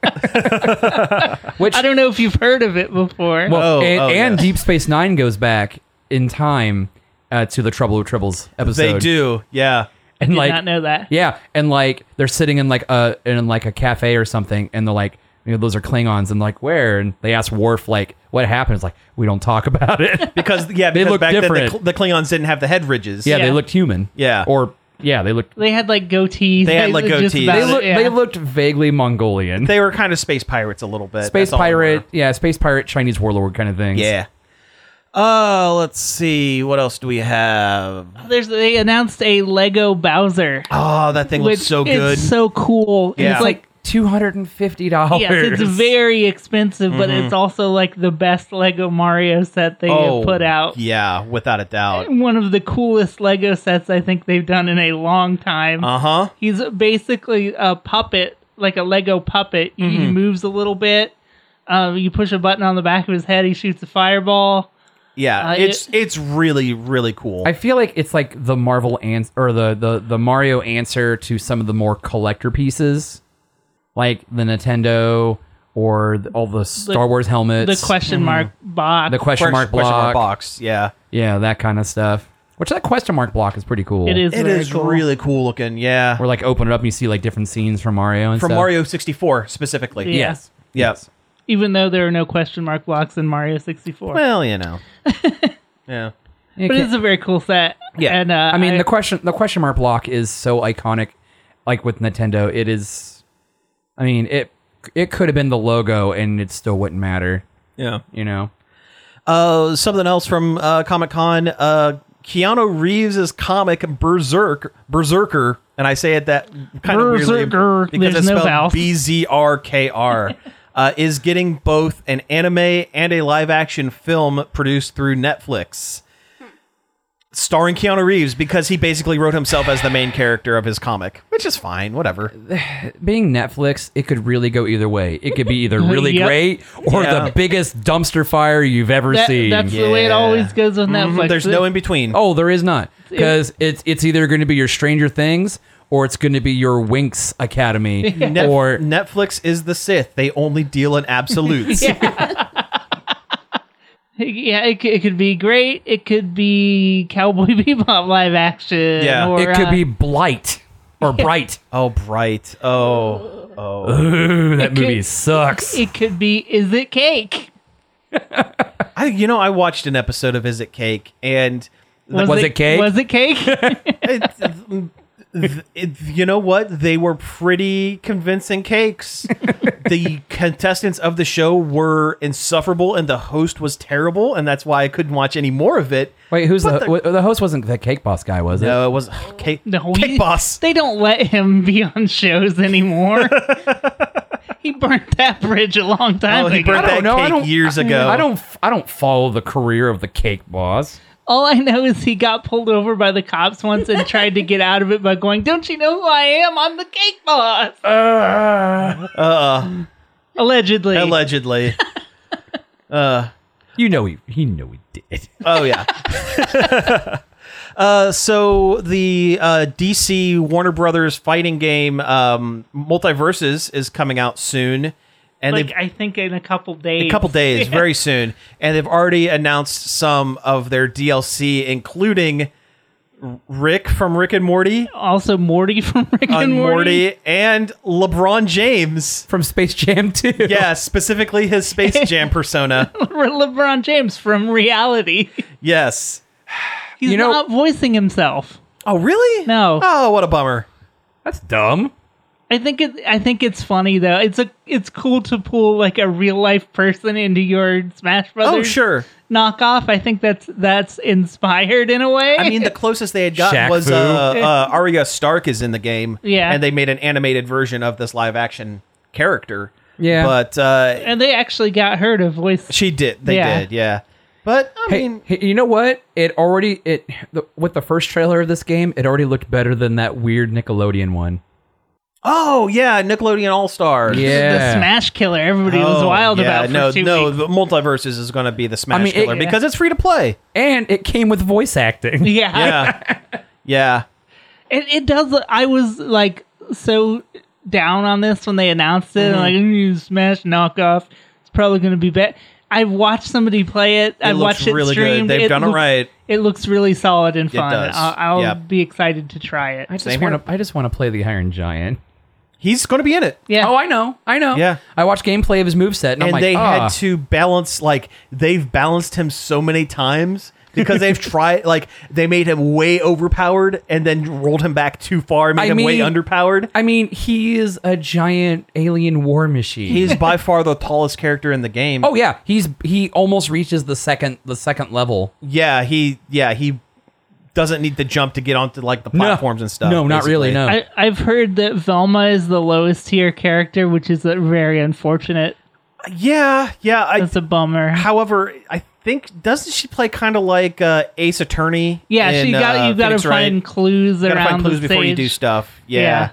Speaker 3: Which
Speaker 2: I don't know if you've heard of it before.
Speaker 3: well,
Speaker 1: Oh,
Speaker 3: and,
Speaker 1: oh,
Speaker 3: and
Speaker 1: yes.
Speaker 3: Deep Space Nine goes back in time uh, to the Trouble with Tribbles episode.
Speaker 1: they do. Yeah.
Speaker 3: and
Speaker 2: Did
Speaker 3: like
Speaker 2: not know that.
Speaker 3: yeah, and like they're sitting in like a in like a cafe or something, and they're like, you know, those are Klingons, and like where? And they ask Worf like, what happened? It's like we don't talk about it.
Speaker 1: Because yeah,
Speaker 3: They
Speaker 1: because
Speaker 3: look
Speaker 1: back then the,
Speaker 3: different.
Speaker 1: Kl- the Klingons didn't have the head ridges.
Speaker 3: yeah, they
Speaker 2: Yeah.
Speaker 3: looked human.
Speaker 1: Yeah.
Speaker 3: or yeah, they looked
Speaker 2: They had like goatees.
Speaker 1: They had, like,
Speaker 2: Just
Speaker 1: goatees.
Speaker 2: about
Speaker 3: they
Speaker 1: Uh,
Speaker 2: it,
Speaker 3: looked
Speaker 2: yeah.
Speaker 3: they looked vaguely Mongolian.
Speaker 1: They were kind of space pirates a little bit.
Speaker 3: space
Speaker 1: That's all they
Speaker 3: pirate,
Speaker 1: were.
Speaker 3: yeah, space pirate, Chinese warlord kind of thing.
Speaker 1: Yeah. Uh, let's see. What else do we have?
Speaker 2: There's they announced a Lego Bowser,
Speaker 1: Oh, that thing
Speaker 2: which
Speaker 1: looks so good.
Speaker 2: It's so cool.
Speaker 1: Yeah.
Speaker 2: It's like
Speaker 3: two hundred and fifty dollars.
Speaker 2: yes, it's very expensive, but
Speaker 1: Mm-hmm.
Speaker 2: it's also like the best Lego Mario set they have put out.
Speaker 1: Oh, Yeah, without a doubt.
Speaker 2: One of the coolest Lego sets I think they've done in a long time.
Speaker 1: Uh huh.
Speaker 2: He's basically a puppet, like a Lego puppet. He
Speaker 1: Mm-hmm.
Speaker 2: moves a little bit. Um, you push a button on the back of his head, he shoots a fireball.
Speaker 1: Yeah,
Speaker 2: Uh,
Speaker 1: it's it's really really cool.
Speaker 3: I feel like it's like the Marvel ans or the, the the Mario answer to some of the more collector pieces, like the Nintendo or the, all the Star Wars helmets,
Speaker 2: the
Speaker 1: mm-hmm.
Speaker 2: question mark box.
Speaker 3: the question
Speaker 1: Question-
Speaker 3: mark block,
Speaker 1: question mark box. Yeah,
Speaker 3: yeah, that kind of stuff. Which that question mark block is pretty cool.
Speaker 2: It is.
Speaker 1: it
Speaker 2: very
Speaker 1: is
Speaker 2: cool.
Speaker 1: really cool looking. Yeah,
Speaker 3: Where like open it up and you see like different scenes from Mario and
Speaker 1: from
Speaker 3: stuff.
Speaker 1: Mario sixty four specifically.
Speaker 2: Yeah.
Speaker 3: Yes.
Speaker 1: Yeah.
Speaker 2: Even though there are no question mark blocks in Mario 64,
Speaker 1: Well, you know. yeah.
Speaker 3: You
Speaker 2: but
Speaker 3: can't-
Speaker 2: it's a very cool set.
Speaker 1: Yeah.
Speaker 2: and uh,
Speaker 3: I mean the question the question mark block is so iconic. Like with Nintendo, it is. I mean it it could have been the logo and it still wouldn't matter.
Speaker 1: Yeah.
Speaker 3: You know.
Speaker 1: Uh, something else from uh, Comic Con. Uh, Keanu Reeves' comic Berserk Berserker, and I say it that kind of
Speaker 2: Berserker.
Speaker 1: weirdly because
Speaker 2: There's
Speaker 1: it's
Speaker 2: no
Speaker 1: spelled
Speaker 2: vowels.
Speaker 1: B Z R K R. Uh, is getting both an anime and a live action film produced through Netflix, starring Keanu Reeves because he basically wrote himself as the main character of his comic, which is fine, whatever.
Speaker 3: being Netflix, it could really go either way. It could be either really
Speaker 2: Yep.
Speaker 3: great or
Speaker 1: Yeah.
Speaker 3: the biggest dumpster fire you've ever
Speaker 2: that-
Speaker 3: seen.
Speaker 2: that's the way it
Speaker 1: Yeah. Mm-hmm.
Speaker 2: always goes on Netflix.
Speaker 1: There's no in between.
Speaker 3: oh, there is not because it's it's either going to be your Stranger Things or it's going to be your Winx Academy
Speaker 1: Nef-
Speaker 3: or
Speaker 1: Netflix is the Sith; they only deal in absolutes.
Speaker 2: Yeah, it, c- it could be great. It could be Cowboy Bebop live action.
Speaker 1: Yeah.
Speaker 2: or,
Speaker 3: it could
Speaker 2: uh,
Speaker 3: be Blight or Bright.
Speaker 1: Oh, bright. Oh, oh.
Speaker 3: Ooh, that movie
Speaker 2: could-
Speaker 3: sucks.
Speaker 2: It could be is it cake?
Speaker 1: I you know I watched an episode of Is It Cake and
Speaker 3: Was it cake?
Speaker 2: Was it cake?
Speaker 1: it, th- it- you know what they were pretty convincing cakes. the contestants of the show were insufferable and the host was terrible and that's why I couldn't watch any more of it.
Speaker 3: Wait, who's the,
Speaker 1: But
Speaker 3: the the host? Wasn't the Cake Boss guy? Was it?
Speaker 1: No, it was cake,
Speaker 2: No,
Speaker 1: cake
Speaker 2: he-
Speaker 1: boss.
Speaker 2: They don't let him be on shows anymore. he burnt that bridge a long time
Speaker 1: Oh, he
Speaker 2: ago.
Speaker 1: burnt that
Speaker 3: know, I
Speaker 1: cake
Speaker 3: don't-
Speaker 1: years ago.
Speaker 3: I don't. I don't follow the career of the Cake Boss.
Speaker 2: All I know is he got pulled over by the cops once and tried to get out of it by going, "Don't you know who I am? I'm the cake boss."
Speaker 1: uh,
Speaker 2: Allegedly.
Speaker 1: allegedly.
Speaker 3: You know he. He know he did.
Speaker 1: Oh yeah. uh, so the uh, DC Warner Brothers fighting game um, Multiverses is coming out soon, and
Speaker 2: like
Speaker 1: they've
Speaker 2: I think in a couple days.
Speaker 1: a couple days, very soon, and they've already announced some of their DLC, including R- Rick from Rick and Morty,
Speaker 2: Also, Morty from Rick and
Speaker 1: on
Speaker 2: Morty.
Speaker 1: Morty, and LeBron James.
Speaker 3: From Space Jam 2.
Speaker 1: Yeah, specifically his Space Jam persona.
Speaker 2: LeBron James from reality.
Speaker 1: Yes.
Speaker 2: He's
Speaker 3: You know-
Speaker 2: not voicing himself.
Speaker 1: Oh, really?
Speaker 2: No.
Speaker 1: Oh, what a bummer.
Speaker 3: That's dumb.
Speaker 2: I think it. I think it's funny though. It's a. It's cool to pull like a real life person into your Smash Brothers.
Speaker 1: Oh, sure.
Speaker 2: Knockoff. I think that's that's inspired in a way.
Speaker 1: I mean, the closest they had got
Speaker 3: Shaq
Speaker 1: was
Speaker 3: Fu.
Speaker 1: uh, uh, Arya Stark is in the game,
Speaker 2: Yeah.
Speaker 1: and they made an animated version of this live action character.
Speaker 3: Yeah.
Speaker 1: but uh,
Speaker 2: and they actually got her to voice.
Speaker 1: she did. They
Speaker 2: Yeah.
Speaker 1: did. Yeah, but I
Speaker 3: Hey,
Speaker 1: mean,
Speaker 3: hey, you know what? It already it the, with the first trailer of this game, it already looked better than that weird Nickelodeon one.
Speaker 1: oh yeah, Nickelodeon All Stars.
Speaker 2: The Smash Killer. Everybody was
Speaker 1: Oh,
Speaker 2: wild
Speaker 1: yeah,
Speaker 2: about for
Speaker 1: no,
Speaker 2: two
Speaker 1: no.
Speaker 2: weeks.
Speaker 1: The multiverses is going to be the Smash
Speaker 3: mean, it-
Speaker 1: Killer
Speaker 3: yeah.
Speaker 1: because it's free to play.
Speaker 3: and it came with voice acting.
Speaker 2: Yeah,
Speaker 1: Yeah, yeah.
Speaker 2: It, it does. look- I was like so down on this when they announced it.
Speaker 1: Mm-hmm.
Speaker 2: I'm like, "Ooh, Smash knockoff. It's probably going to be bad. I've watched somebody play it. I've
Speaker 1: looks
Speaker 2: watched it
Speaker 1: really good.
Speaker 2: streamed.
Speaker 1: They've
Speaker 2: it
Speaker 1: done it
Speaker 2: looks-
Speaker 1: right.
Speaker 2: It looks really solid and fun.
Speaker 1: does.
Speaker 2: I'll, I'll
Speaker 1: Yeah.
Speaker 2: be excited to try it.
Speaker 3: I just
Speaker 1: Same
Speaker 3: want to. I just want to play the Iron Giant.
Speaker 1: He's going to be in it.
Speaker 2: Yeah.
Speaker 3: Oh, I know, I know.
Speaker 1: Yeah.
Speaker 3: I watched gameplay of his moveset, and, I'm
Speaker 1: and
Speaker 3: like,
Speaker 1: they
Speaker 3: "Ah."
Speaker 1: had to balance like they've balanced him so many times because they've tried like they made him way overpowered and then rolled him back too far made
Speaker 3: I
Speaker 1: him way
Speaker 3: mean-
Speaker 1: underpowered
Speaker 3: I mean, he is a giant alien war machine.
Speaker 1: he's by far the tallest character in the game
Speaker 3: oh yeah, he's he almost reaches the second the second level.
Speaker 1: yeah he yeah he doesn't need to jump to get onto like the platforms and stuff
Speaker 3: No, not really.
Speaker 1: basically.
Speaker 3: No,
Speaker 2: I, I've heard that Velma is the lowest tier character, which is uh, very unfortunate.
Speaker 1: Uh, yeah yeah I,
Speaker 2: That's a bummer.
Speaker 1: however i think doesn't she play kind of like uh, ace attorney
Speaker 2: Yeah, she
Speaker 1: in,
Speaker 2: got
Speaker 1: uh,
Speaker 2: you. Got to
Speaker 1: Phoenix Wright?
Speaker 2: find clues
Speaker 1: Gotta
Speaker 2: around
Speaker 1: find clues
Speaker 2: the
Speaker 1: before you
Speaker 2: stage.
Speaker 1: do stuff
Speaker 2: Yeah.
Speaker 1: yeah.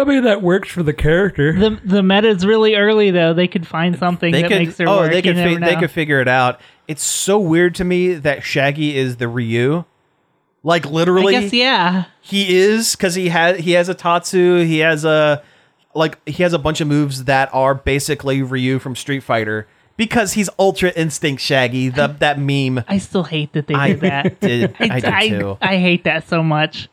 Speaker 3: I mean that works for the character.
Speaker 2: The the meta's really early though. They could find something that
Speaker 1: could,
Speaker 2: makes her
Speaker 1: oh,
Speaker 2: work.
Speaker 1: They could,
Speaker 2: you never
Speaker 1: fi- they
Speaker 2: know.
Speaker 1: could figure it out. It's so weird to me that Shaggy is the Ryu. Like
Speaker 2: I
Speaker 1: literally,
Speaker 2: guess yeah.
Speaker 1: he is because he has he has a Tatsu. He has a like he has a bunch of moves that are basically Ryu from Street Fighter because he's Ultra Instinct Shaggy. The that meme.
Speaker 2: I still hate that they
Speaker 1: I
Speaker 2: did that.
Speaker 1: did. I
Speaker 2: I,
Speaker 1: did too.
Speaker 2: I hate that so much.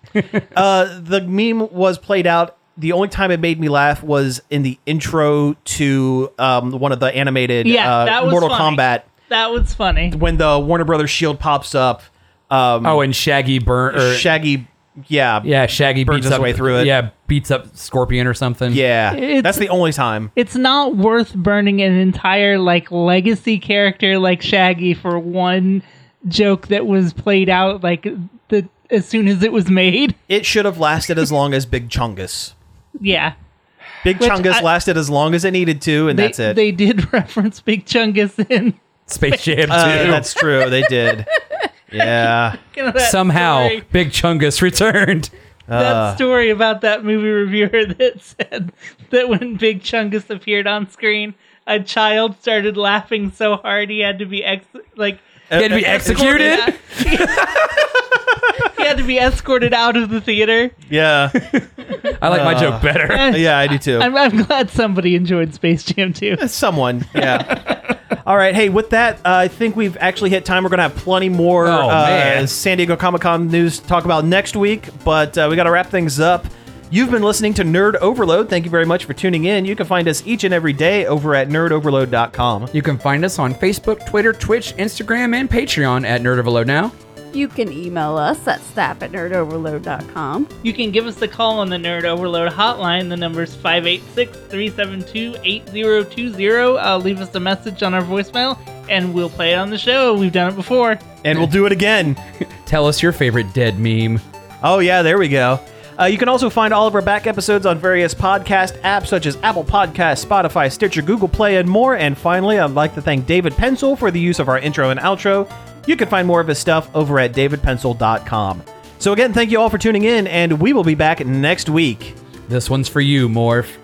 Speaker 1: Uh, the meme was played out. The only time it made me laugh was in the intro to um, one of the animated
Speaker 2: Yeah,
Speaker 1: uh,
Speaker 2: that was
Speaker 1: Mortal
Speaker 2: funny.
Speaker 1: Kombat
Speaker 2: That was funny.
Speaker 1: when the Warner Brothers shield pops up. Um,
Speaker 3: oh, and Shaggy burn or
Speaker 1: Shaggy, yeah,
Speaker 3: yeah, Shaggy
Speaker 1: burns
Speaker 3: beats
Speaker 1: his
Speaker 3: up
Speaker 1: way through it.
Speaker 3: Yeah, beats up Scorpion or something.
Speaker 1: yeah.
Speaker 2: It's-
Speaker 1: That's the only time.
Speaker 2: It's not worth burning an entire like legacy character like Shaggy for one joke that was played out like the as soon as it was made.
Speaker 1: It should have lasted as long as Big Chungus.
Speaker 2: Yeah.
Speaker 1: Big
Speaker 2: Which
Speaker 1: Chungus
Speaker 2: I-
Speaker 1: lasted as long as it needed to, and
Speaker 2: They,
Speaker 1: that's it.
Speaker 2: They did reference Big Chungus in
Speaker 3: Space Jam Two.
Speaker 1: Uh, that's true. They did. Yeah.
Speaker 2: you know, that
Speaker 3: Somehow,
Speaker 2: story.
Speaker 3: Big Chungus returned.
Speaker 2: that story about that movie reviewer that said that when Big Chungus appeared on screen, a child started laughing so hard he had to be ex like
Speaker 3: He had to be executed.
Speaker 2: he had to be escorted out of the theater.
Speaker 1: Yeah.
Speaker 3: I like
Speaker 1: Uh.
Speaker 3: my joke better.
Speaker 1: Yeah, I do too.
Speaker 2: I'm, I'm glad somebody enjoyed Space Jam too.
Speaker 1: Someone. Yeah. All right. Hey, with that, uh, I think we've actually hit time. We're going to have plenty more
Speaker 3: Oh,
Speaker 1: uh,
Speaker 3: man.
Speaker 1: San Diego Comic Con news to talk about next week, but uh, we got to wrap things up. You've been listening to Nerd Overload. Thank you very much for tuning in. You can find us each and every day over at nerdoverload.com.
Speaker 3: You can find us on Facebook, Twitter, Twitch, Instagram, and Patreon at Nerd Overload Now.
Speaker 4: You can email us at staff at nerdoverload.com.
Speaker 2: You can give us the call on the Nerd Overload hotline. The number's 586 372 8020. Uh, leave us a message on our voicemail and we'll play it on the show. We've done it before.
Speaker 1: And we'll do it again.
Speaker 3: Tell us your favorite dead meme.
Speaker 1: Oh, yeah, there we go. Uh, you can also find all of our back episodes on various podcast apps such as Apple Podcasts, Spotify, Stitcher, Google Play, and more. And finally, I'd like to thank David Pencil for the use of our intro and outro. You can find more of his stuff over at davidpencil.com. So, again, thank you all for tuning in, and we will be back next week.
Speaker 3: This one's for you, Morph.